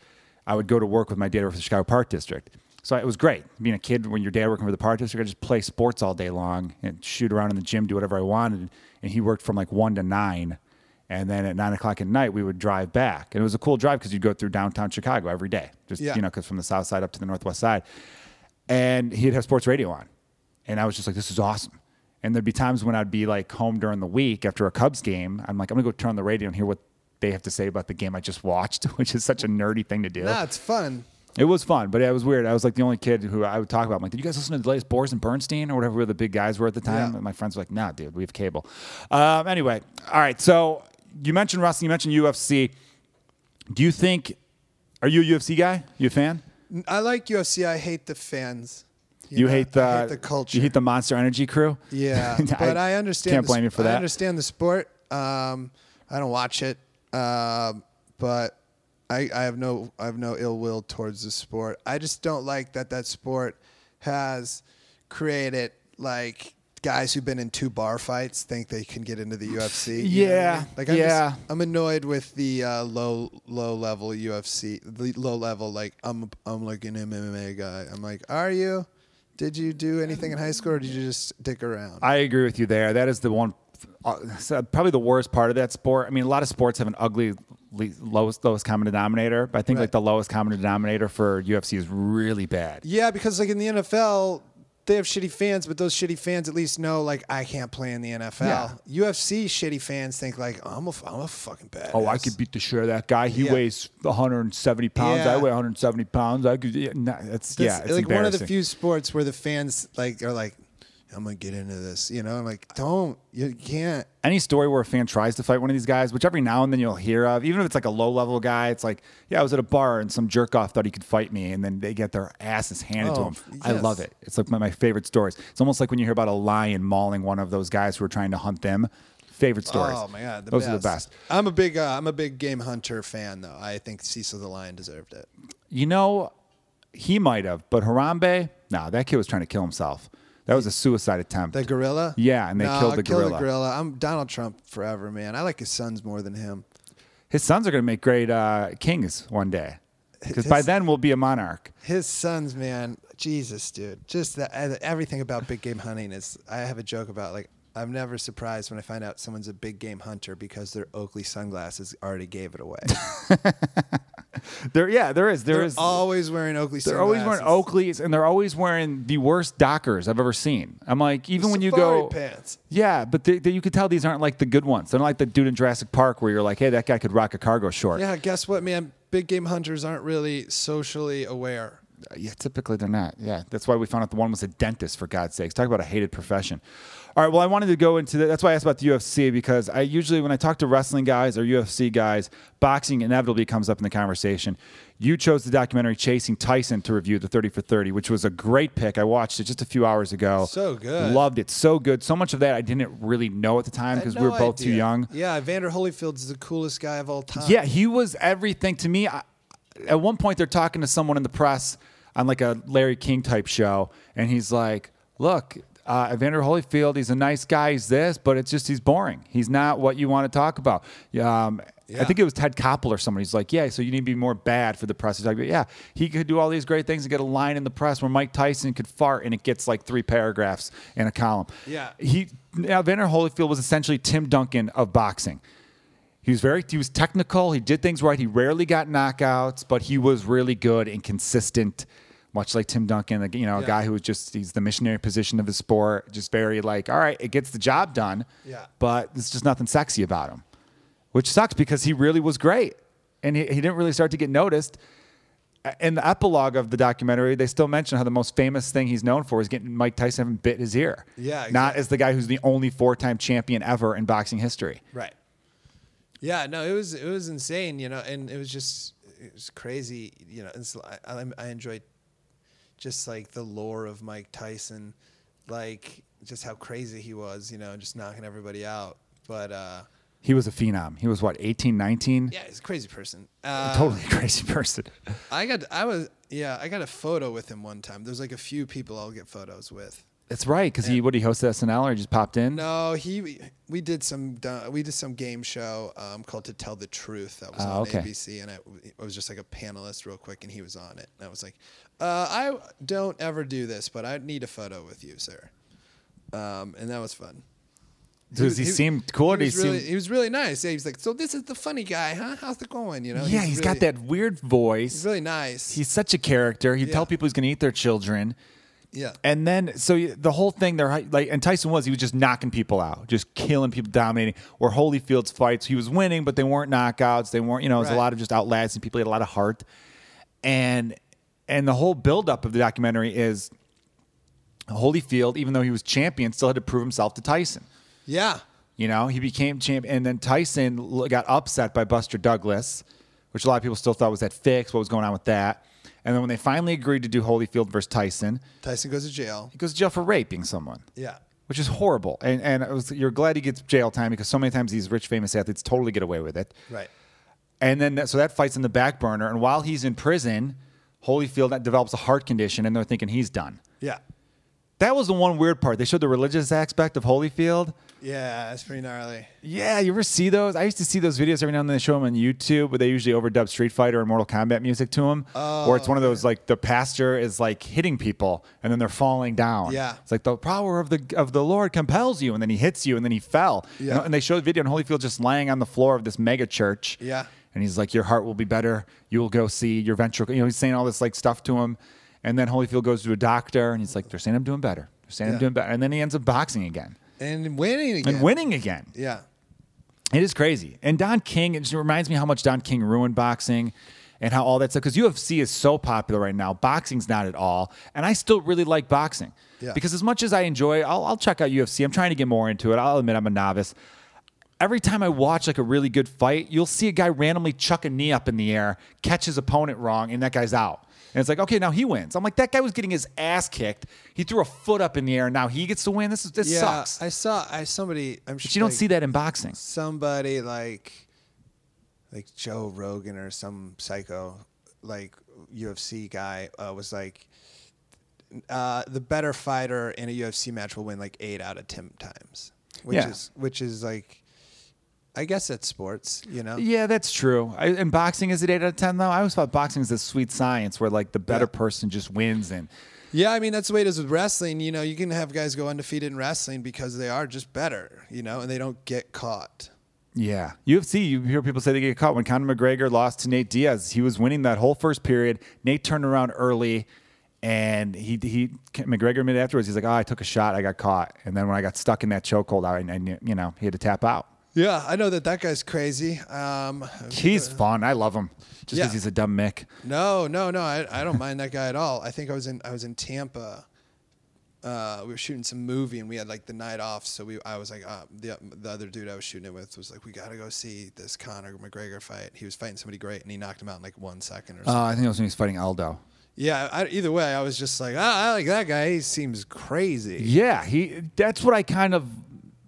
i would go to work with my dad over at the chicago park district so it was great being a kid when your dad working for the park district i just play sports all day long and shoot around in the gym do whatever i wanted and he worked from like one to nine And then at nine o'clock at night, we would drive back. And it was a cool drive because you'd go through downtown Chicago every day, just,
Yeah.
you know, because from the south side up to the northwest side. And he'd have sports radio on. And I was just like, this is awesome. And there'd be times when I'd be like home during the week after a Cubs game. I'm like, I'm going to go turn on the radio and hear what they have to say about the game I just watched, which is such a nerdy thing to do.
Nah, it's fun.
It was fun, but it was weird. I was like the only kid who I would talk about. I'm like, did you guys listen to the latest Boris and Bernstein or whatever where the big guys were at the time?
Yeah.
And my friends were like, nah, dude, we have cable. Um, anyway, all right. So you mentioned wrestling, you mentioned UFC. Do you think, are you a UFC guy? You a fan?
I like UFC. I hate the fans.
You,
know,
hate, the,
I hate the culture.
You hate the Monster Energy crew?
Yeah, but I, understand.
Can't
the
blame you
sp-
for
I
that.
understand the sport. Um, I don't watch it, um, but I, I have no I have no ill will towards the sport. I just don't like that that sport has created like guys who've been in two bar fights think they can get into the UFC. you know what I
Yeah,
mean? like I'm
yeah.
Just, I'm annoyed with the uh, low low level UFC, the low level like I'm I'm like an MMA guy. I'm like, are you? Did you do anything in high school, or did you just dick around?
I agree with you there. That is the one, uh, so probably the worst part of that sport. I mean, a lot of sports have an ugly le- lowest lowest common denominator, but I think
Right.
like the lowest common denominator for UFC is really bad.
Yeah, because like in the NFL, they have shitty fans, but those shitty fans at least know like I can't play in the NFL. UFC shitty fans think like I'm a f- I'm a fucking badass.
Oh, I could beat the shit out of that guy. He
Yeah.
weighs 170 pounds. I
Yeah.
weigh 170 pounds. I could. Yeah, nah, it's,
That's,
yeah, it's
like one of the
embarrassing.
few sports where the fans like are like I'm gonna get into this, you know. I'm like, don't you can't.
any story where a fan tries to fight one of these guys, which every now and then you'll hear of, even if it's like a low level guy, it's like, yeah, I was at a bar and some jerk off thought he could fight me, and then they get their asses handed to
Oh,
them. I
yes.
love it. It's like one of my favorite stories. It's almost like when you hear about a lion mauling one of those guys who are trying to hunt them. Favorite stories.
Oh my god, the
those
best.
are the best.
I'm a big uh, I'm a big game hunter fan though. I think Cecil the Lion deserved it.
You know, he might have, but Harambe, nah, that kid was trying to kill himself. That was a suicide attempt.
The gorilla.
Yeah, and they
No,
killed the
kill
gorilla.
I'm Donald Trump forever, man. I like his sons more than him.
His sons are going to make great uh, kings one day, because
His-
by then we'll be a monarch.
His sons, man, Jesus, dude, just the, uh, everything about big game hunting is. I have a joke about like I'm never surprised when I find out someone's a big game hunter because their Oakley sunglasses already gave it away.
There, yeah, there is. There
They're
is.
always wearing Oakley.
They're always
sunglasses.
wearing Oakleys and they're always wearing the worst Dockers I've ever seen. I'm like, even when you
Safari
go.
pants.
Yeah, but they, they, you could tell these aren't like the good ones. They're not like the dude in Jurassic Park where you're like, hey, that guy could rock a cargo short.
Yeah, guess what, man? Big game hunters aren't really socially aware.
yeah, typically they're not. Yeah, that's why we found out the one was a dentist. For God's sakes, talk about a hated profession. All right, well, I wanted to go into that. That's why I asked about the UFC because I usually, when I talk to wrestling guys or UFC guys, boxing inevitably comes up in the conversation. You chose the documentary Chasing Tyson to review, the 30 for 30, which was a great pick. I watched it just a few hours ago.
So good.
Loved it. So good. So much of that I didn't really know at the time
I had
because
no
we were both too
idea.
young.
Yeah, Vander Holyfield's the coolest guy of all time.
Yeah, he was everything to me. I, at one point, they're talking to someone in the press on like a Larry King type show, and he's like, "Look, uh, Evander Holyfield, he's a nice guy. He's this, but it's just he's boring. He's not what you want to talk about." Um, I
Yeah.
think it was Ted Koppel or someone. He's like, "Yeah, so you need to be more bad for the press." He's like, "Yeah, he could do all these great things and get a line in the press where Mike Tyson could fart and it gets like three paragraphs in a column."
Yeah.
he Evander Holyfield was essentially Tim Duncan of boxing. He was very he was technical. He did things right. He rarely got knockouts, but he was really good and consistent. Much like Tim Duncan, like, you know, a
Yeah.
guy who was just he's the missionary position of his sport, just very like, all right, it gets the job done.
Yeah.
But there's just nothing sexy about him, which sucks because he really was great, and he, he didn't really start to get noticed. A- In the epilogue of the documentary, they still mention how the most famous thing he's known for is getting Mike Tyson having bit his ear.
Yeah,
Not
exactly.
as the guy who's the only four-time champion ever in boxing history.
Right. Yeah, no, it was it was insane, you know, and it was just it was crazy, you know. And so I, I I enjoyed just like the lore of Mike Tyson, like just how crazy he was, you know, just knocking everybody out. But uh,
He was a phenom. He was what, 18, 19?
yeah, he's a crazy person. Uh,
Totally a crazy person.
I got I was yeah I got a photo with him one time. There's like a few people I'll get photos with.
That's right. Because he, what, he hosted SNL or he just popped in?
No, he. We did some. do- We did some game show um, called "To Tell the Truth" that was
Ah,
on
okay.
ABC, and I, I was just like a panelist, real quick, and he was on it, and I was like, uh, "I don't ever do this, but I need a photo with you, sir," um, and that was fun.
Does he, seem cool? Or
He
does
was,
he seem?
really, he was really nice. Yeah, he was like, "So this is the funny guy, huh? How's it going?" You know?
yeah,
he's
he's got
really-
that weird voice.
He's really nice.
He's such a character. He'd tell
Yeah.
people he's going to eat their children.
yeah.
And then, so you- the whole thing there, like, and Tyson was, he was just knocking people out, just killing people, dominating. Or Holyfield's fights, he was winning, but they weren't knockouts. They weren't, you know, it was a
Right.
lot of just outlasting people. He had a lot of heart. And, and the whole buildup of the documentary is Holyfield, even though he was champion, still had to prove himself to Tyson.
yeah.
You know, he became champ, and then Tyson l- got upset by Buster Douglas, which a lot of people still thought was that fix. What was going on with that? And then when they finally agreed to do Holyfield versus Tyson,
Tyson goes to jail.
he goes to jail for raping someone,
Yeah.
which is horrible. And and it was, you're glad he gets jail time because so many times these rich famous athletes totally get away with it.
Right.
And then that, so that fight's in the back burner. And while he's in prison, Holyfield that develops a heart condition, and they're thinking he's done.
Yeah.
That was the one weird part. They showed the religious aspect of Holyfield.
Yeah, that's pretty gnarly.
Yeah, you ever see those? I used to see those videos every now and then. They show them on YouTube, but they usually overdub Street Fighter and Mortal Kombat music to them. or it's one
Oh,
of those like the pastor is like hitting people and then they're falling down.
Yeah.
it's like the power of the of the Lord compels you, and then he hits you, and then he fell.
Yeah.
and, and they showed a video on Holyfield just lying on the floor of this mega church.
Yeah.
and he's like, "Your heart will be better. You will go see your ventricle." You know, he's saying all this like stuff to him, and then Holyfield goes to a doctor, and he's like, "They're saying I'm doing better. They're saying I'm
Yeah.
doing better," and then he ends up boxing again
And winning again.
and winning again.
Yeah.
It is crazy. And Don King, it just reminds me how much Don King ruined boxing and how all that stuff, because UFC is so popular right now. Boxing's not at all. And I still really like boxing.
Yeah.
Because as much as I enjoy, I'll, I'll check out UFC. I'm trying to get more into it. I'll admit I'm a novice. Every time I watch like a really good fight, you'll see a guy randomly chuck a knee up in the air, catch his opponent wrong, and that guy's out. And it's like, okay, now he wins. I'm like, that guy was getting his ass kicked. He threw a foot up in the air, and now he gets to win. This is this
Yeah.
sucks.
I saw I somebody I'm sure
but you don't see that in boxing.
somebody like like Joe Rogan or some psycho like UFC guy uh, was like uh, the better fighter in a UFC match will win like eight out of ten times, which
Yeah.
is which is like I guess that's sports, you know.
Yeah, that's true. I, and boxing is an eight out of ten though. I always thought boxing is this sweet science where like the better
Yeah.
person just wins and
Yeah, I mean that's the way it is with wrestling. You know, you can have guys go undefeated in wrestling because they are just better, you know, and they don't get caught.
yeah. UFC, you hear people say they get caught when Conor McGregor lost to Nate Diaz. He was winning that whole first period. Nate turned around early, and he he McGregor admitted afterwards. He's like, "Oh, I took a shot. I got caught." And then when I got stuck in that chokehold, I, I knew, you know he had to tap out.
Yeah, I know that that guy's crazy. Um,
He's fun. I love him just because
Yeah.
he's a dumb Mick.
No, no, no. I, I don't mind that guy at all. I think I was in I was in Tampa. Uh, we were shooting some movie and we had like the night off, so we I was like uh, the the other dude I was shooting it with was like we gotta go see this Conor McGregor fight. He was fighting somebody great and he knocked him out in like one second or something.
Uh, I think it was when he was fighting Aldo.
yeah, I, either way, I was just like ah, I like that guy. He seems crazy.
Yeah, he. That's what I kind of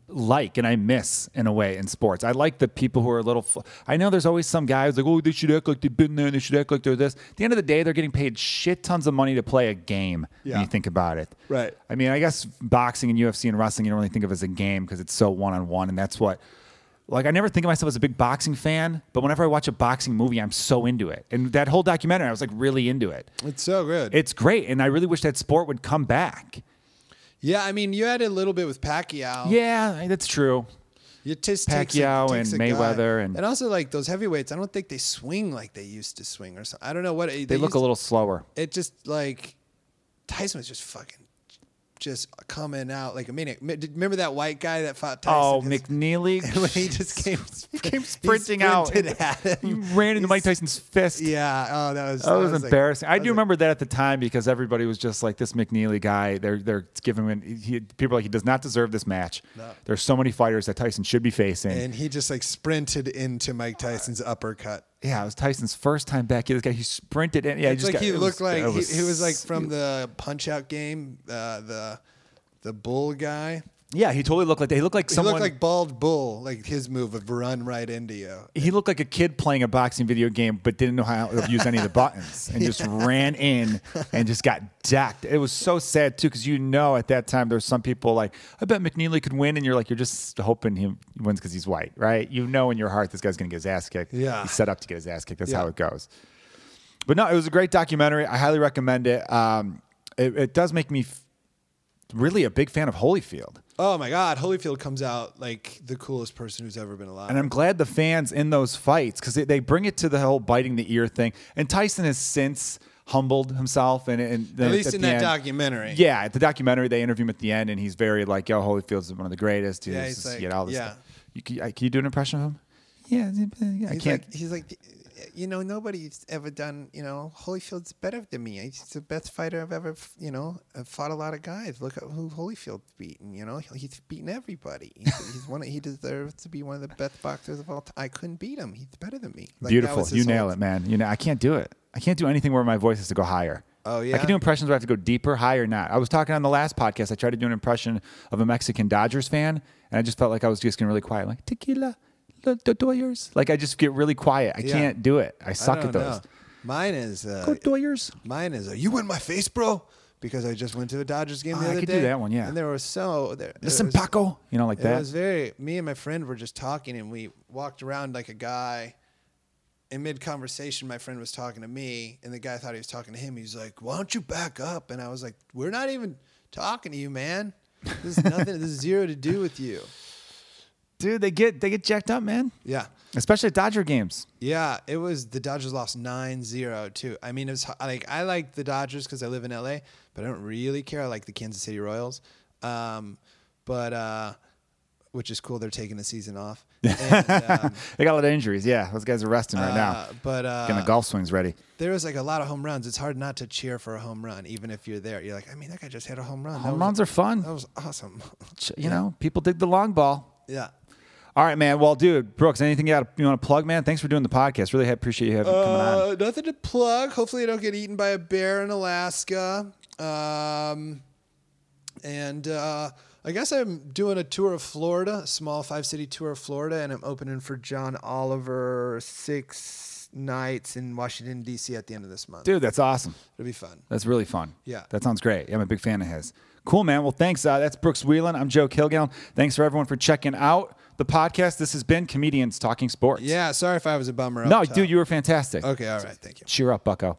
like, and I miss in a way in sports. I like the people who are a little. Fl- I know there's always some guy who's like, "Oh, they should act like they've been there, and they should act like they're this." At the end of the day, they're getting paid shit tons of money to play a game. When
Yeah.
you think about it,
Right.
I mean, I guess boxing and UFC and wrestling, you don't really think of as a game because it's so one on one, and that's what. Like I never think of myself as a big boxing fan, but whenever I watch a boxing movie, I'm so into it. And that whole documentary, I was like really into it.
It's so good.
It's great, and I really wish that sport would come back.
yeah, I mean you had it a little bit with Pacquiao.
Yeah, that's true.
It just takes a-
Pacquiao
takes
and
a guy.
Mayweather and-
and also like those heavyweights. I don't think they swing like they used to swing or something. I don't know what
They look a little slower.
it just like Tyson was just fucking just coming out like a maniac. M- did- Remember that white guy that fought Tyson?
Oh,
His-
McNeely.
when he just came, he
came sprinting out.
sprinted at
He
him.
ran into Mike
He's-
Tyson's fist.
Yeah. Oh, that was
That was,
like-
embarrassing. I do
that was like-
remember that at the time because everybody was just like this McNeely guy. They're they're giving him he, people are like he does not deserve this match.
No.
There's so many fighters that Tyson should be facing.
And he just like sprinted into Mike Tyson's uppercut.
yeah, it was Tyson's first time back. This guy he sprinted in. Yeah,
It's
just
like
got-
he
it
looked like
it
he, he was like from the Punch Out game, uh, the the bull guy.
yeah. He totally looked like that. He looked like
He
someone.
looked like bald bull, like his move of run right into you.
he looked like a kid playing a boxing video game but didn't know how to use any of the buttons and just ran in and just got decked. It was so sad too because you know at that time there's some people like I bet McNeely could win and you're like you're just hoping he wins because he's white, right? You know in your heart this guy's gonna get his ass kicked.
Yeah.
he's set up to get his ass kicked. That's
Yeah.
how it goes. But no, it was a great documentary. I highly recommend it. Um, it, it does make me f- really a big fan of Holyfield.
Oh my God, Holyfield comes out like the coolest person who's ever been alive.
And I'm glad the fans in those fights, because they, they bring it to the whole biting the ear thing. And Tyson has since humbled himself. And, and then
At least in
the
that
end-
documentary.
Yeah, at the documentary, they interview him at the end, and he's very like, yo, Holyfield's one of the greatest. He's
Yeah,
just,
he's
you
like-
know, all this
yeah.
stuff. You, can, I- can you do an impression of him? Yeah, yeah I
He's
can't.
like, he's like, you know, nobody's ever done. You know, Holyfield's better than me. He's the best fighter I've ever. You know, I've fought a lot of guys. Look at who Holyfield's beaten. You know, he's beaten everybody. He's, he's one. Of, he deserves to be one of the best boxers of all time. I couldn't beat him. He's better than me. Like, that
Beautiful.
was his
You nail
whole-
it, man. You know, I can't do it. I can't do anything where my voice has to go higher.
Oh,
I
yeah?
can do impressions where I have to go deeper, higher, not. I was talking on the last podcast. I tried to do an impression of a Mexican Dodgers fan, and I just felt like I was just getting really quiet, like tequila, los Dodgers. Like I just get really quiet. I
Yeah.
can't do it. I
I
suck at
don't
those.
know. Mine is
Go
uh,
Doyers.
Mine is, uh, you in my face, bro? Because I just went to a Dodgers game
Ah,
the
I
other
could do
day.
that one, yeah.
And there was so there. there
Listen,
was-
Paco. You know, like
It
that.
was very. Me and my friend were just talking, and we walked around like a guy. In mid conversation, my friend was talking to me, and the guy thought he was talking to him. He's like, "Why don't you back up?" And I was like, "We're not even talking to you, man. This is nothing. this is zero to do with you."
Dude, they get they get jacked up, man.
Yeah.
Especially at Dodger games.
Yeah, it was the Dodgers lost 9-0 too. I mean, it was like I like the Dodgers because I live in LA, but I don't really care. I like the Kansas City Royals, um, but uh, which is cool. They're taking the season off. And, um,
They got a lot of injuries. Yeah, those guys are resting right now.
uh, but uh,
Getting the golf swings ready.
there was like a lot of home runs. It's hard not to cheer for a home run, even if you're there. You're like, I mean, that guy just hit a home run. That
Home
was-
runs are fun.
That was awesome.
You know, people dig the long ball.
yeah.
All right, man. Well, dude, Brooks, anything you, got, you want to plug, man? Thanks for doing the podcast. Really appreciate you having coming on.
Uh, nothing to plug. Hopefully, I don't get eaten by a bear in Alaska. Um, and uh, I guess I'm doing a tour of Florida, a small five city tour of Florida, and I'm opening for John Oliver six nights in Washington D.C. at the end of this month.
Dude, that's awesome.
It'll be fun.
That's really fun.
Yeah.
That sounds great. I'm a big fan of his. Cool, man. Well, thanks. Uh, that's Brooks Whelan. I'm Joe Kilgallen. Thanks for everyone for checking out the podcast. This has been Comedians Talking Sports.
Yeah, sorry if I was a bummer. up
No,
top.
dude, you were fantastic.
Okay, all right, thank you.
Cheer up, bucko.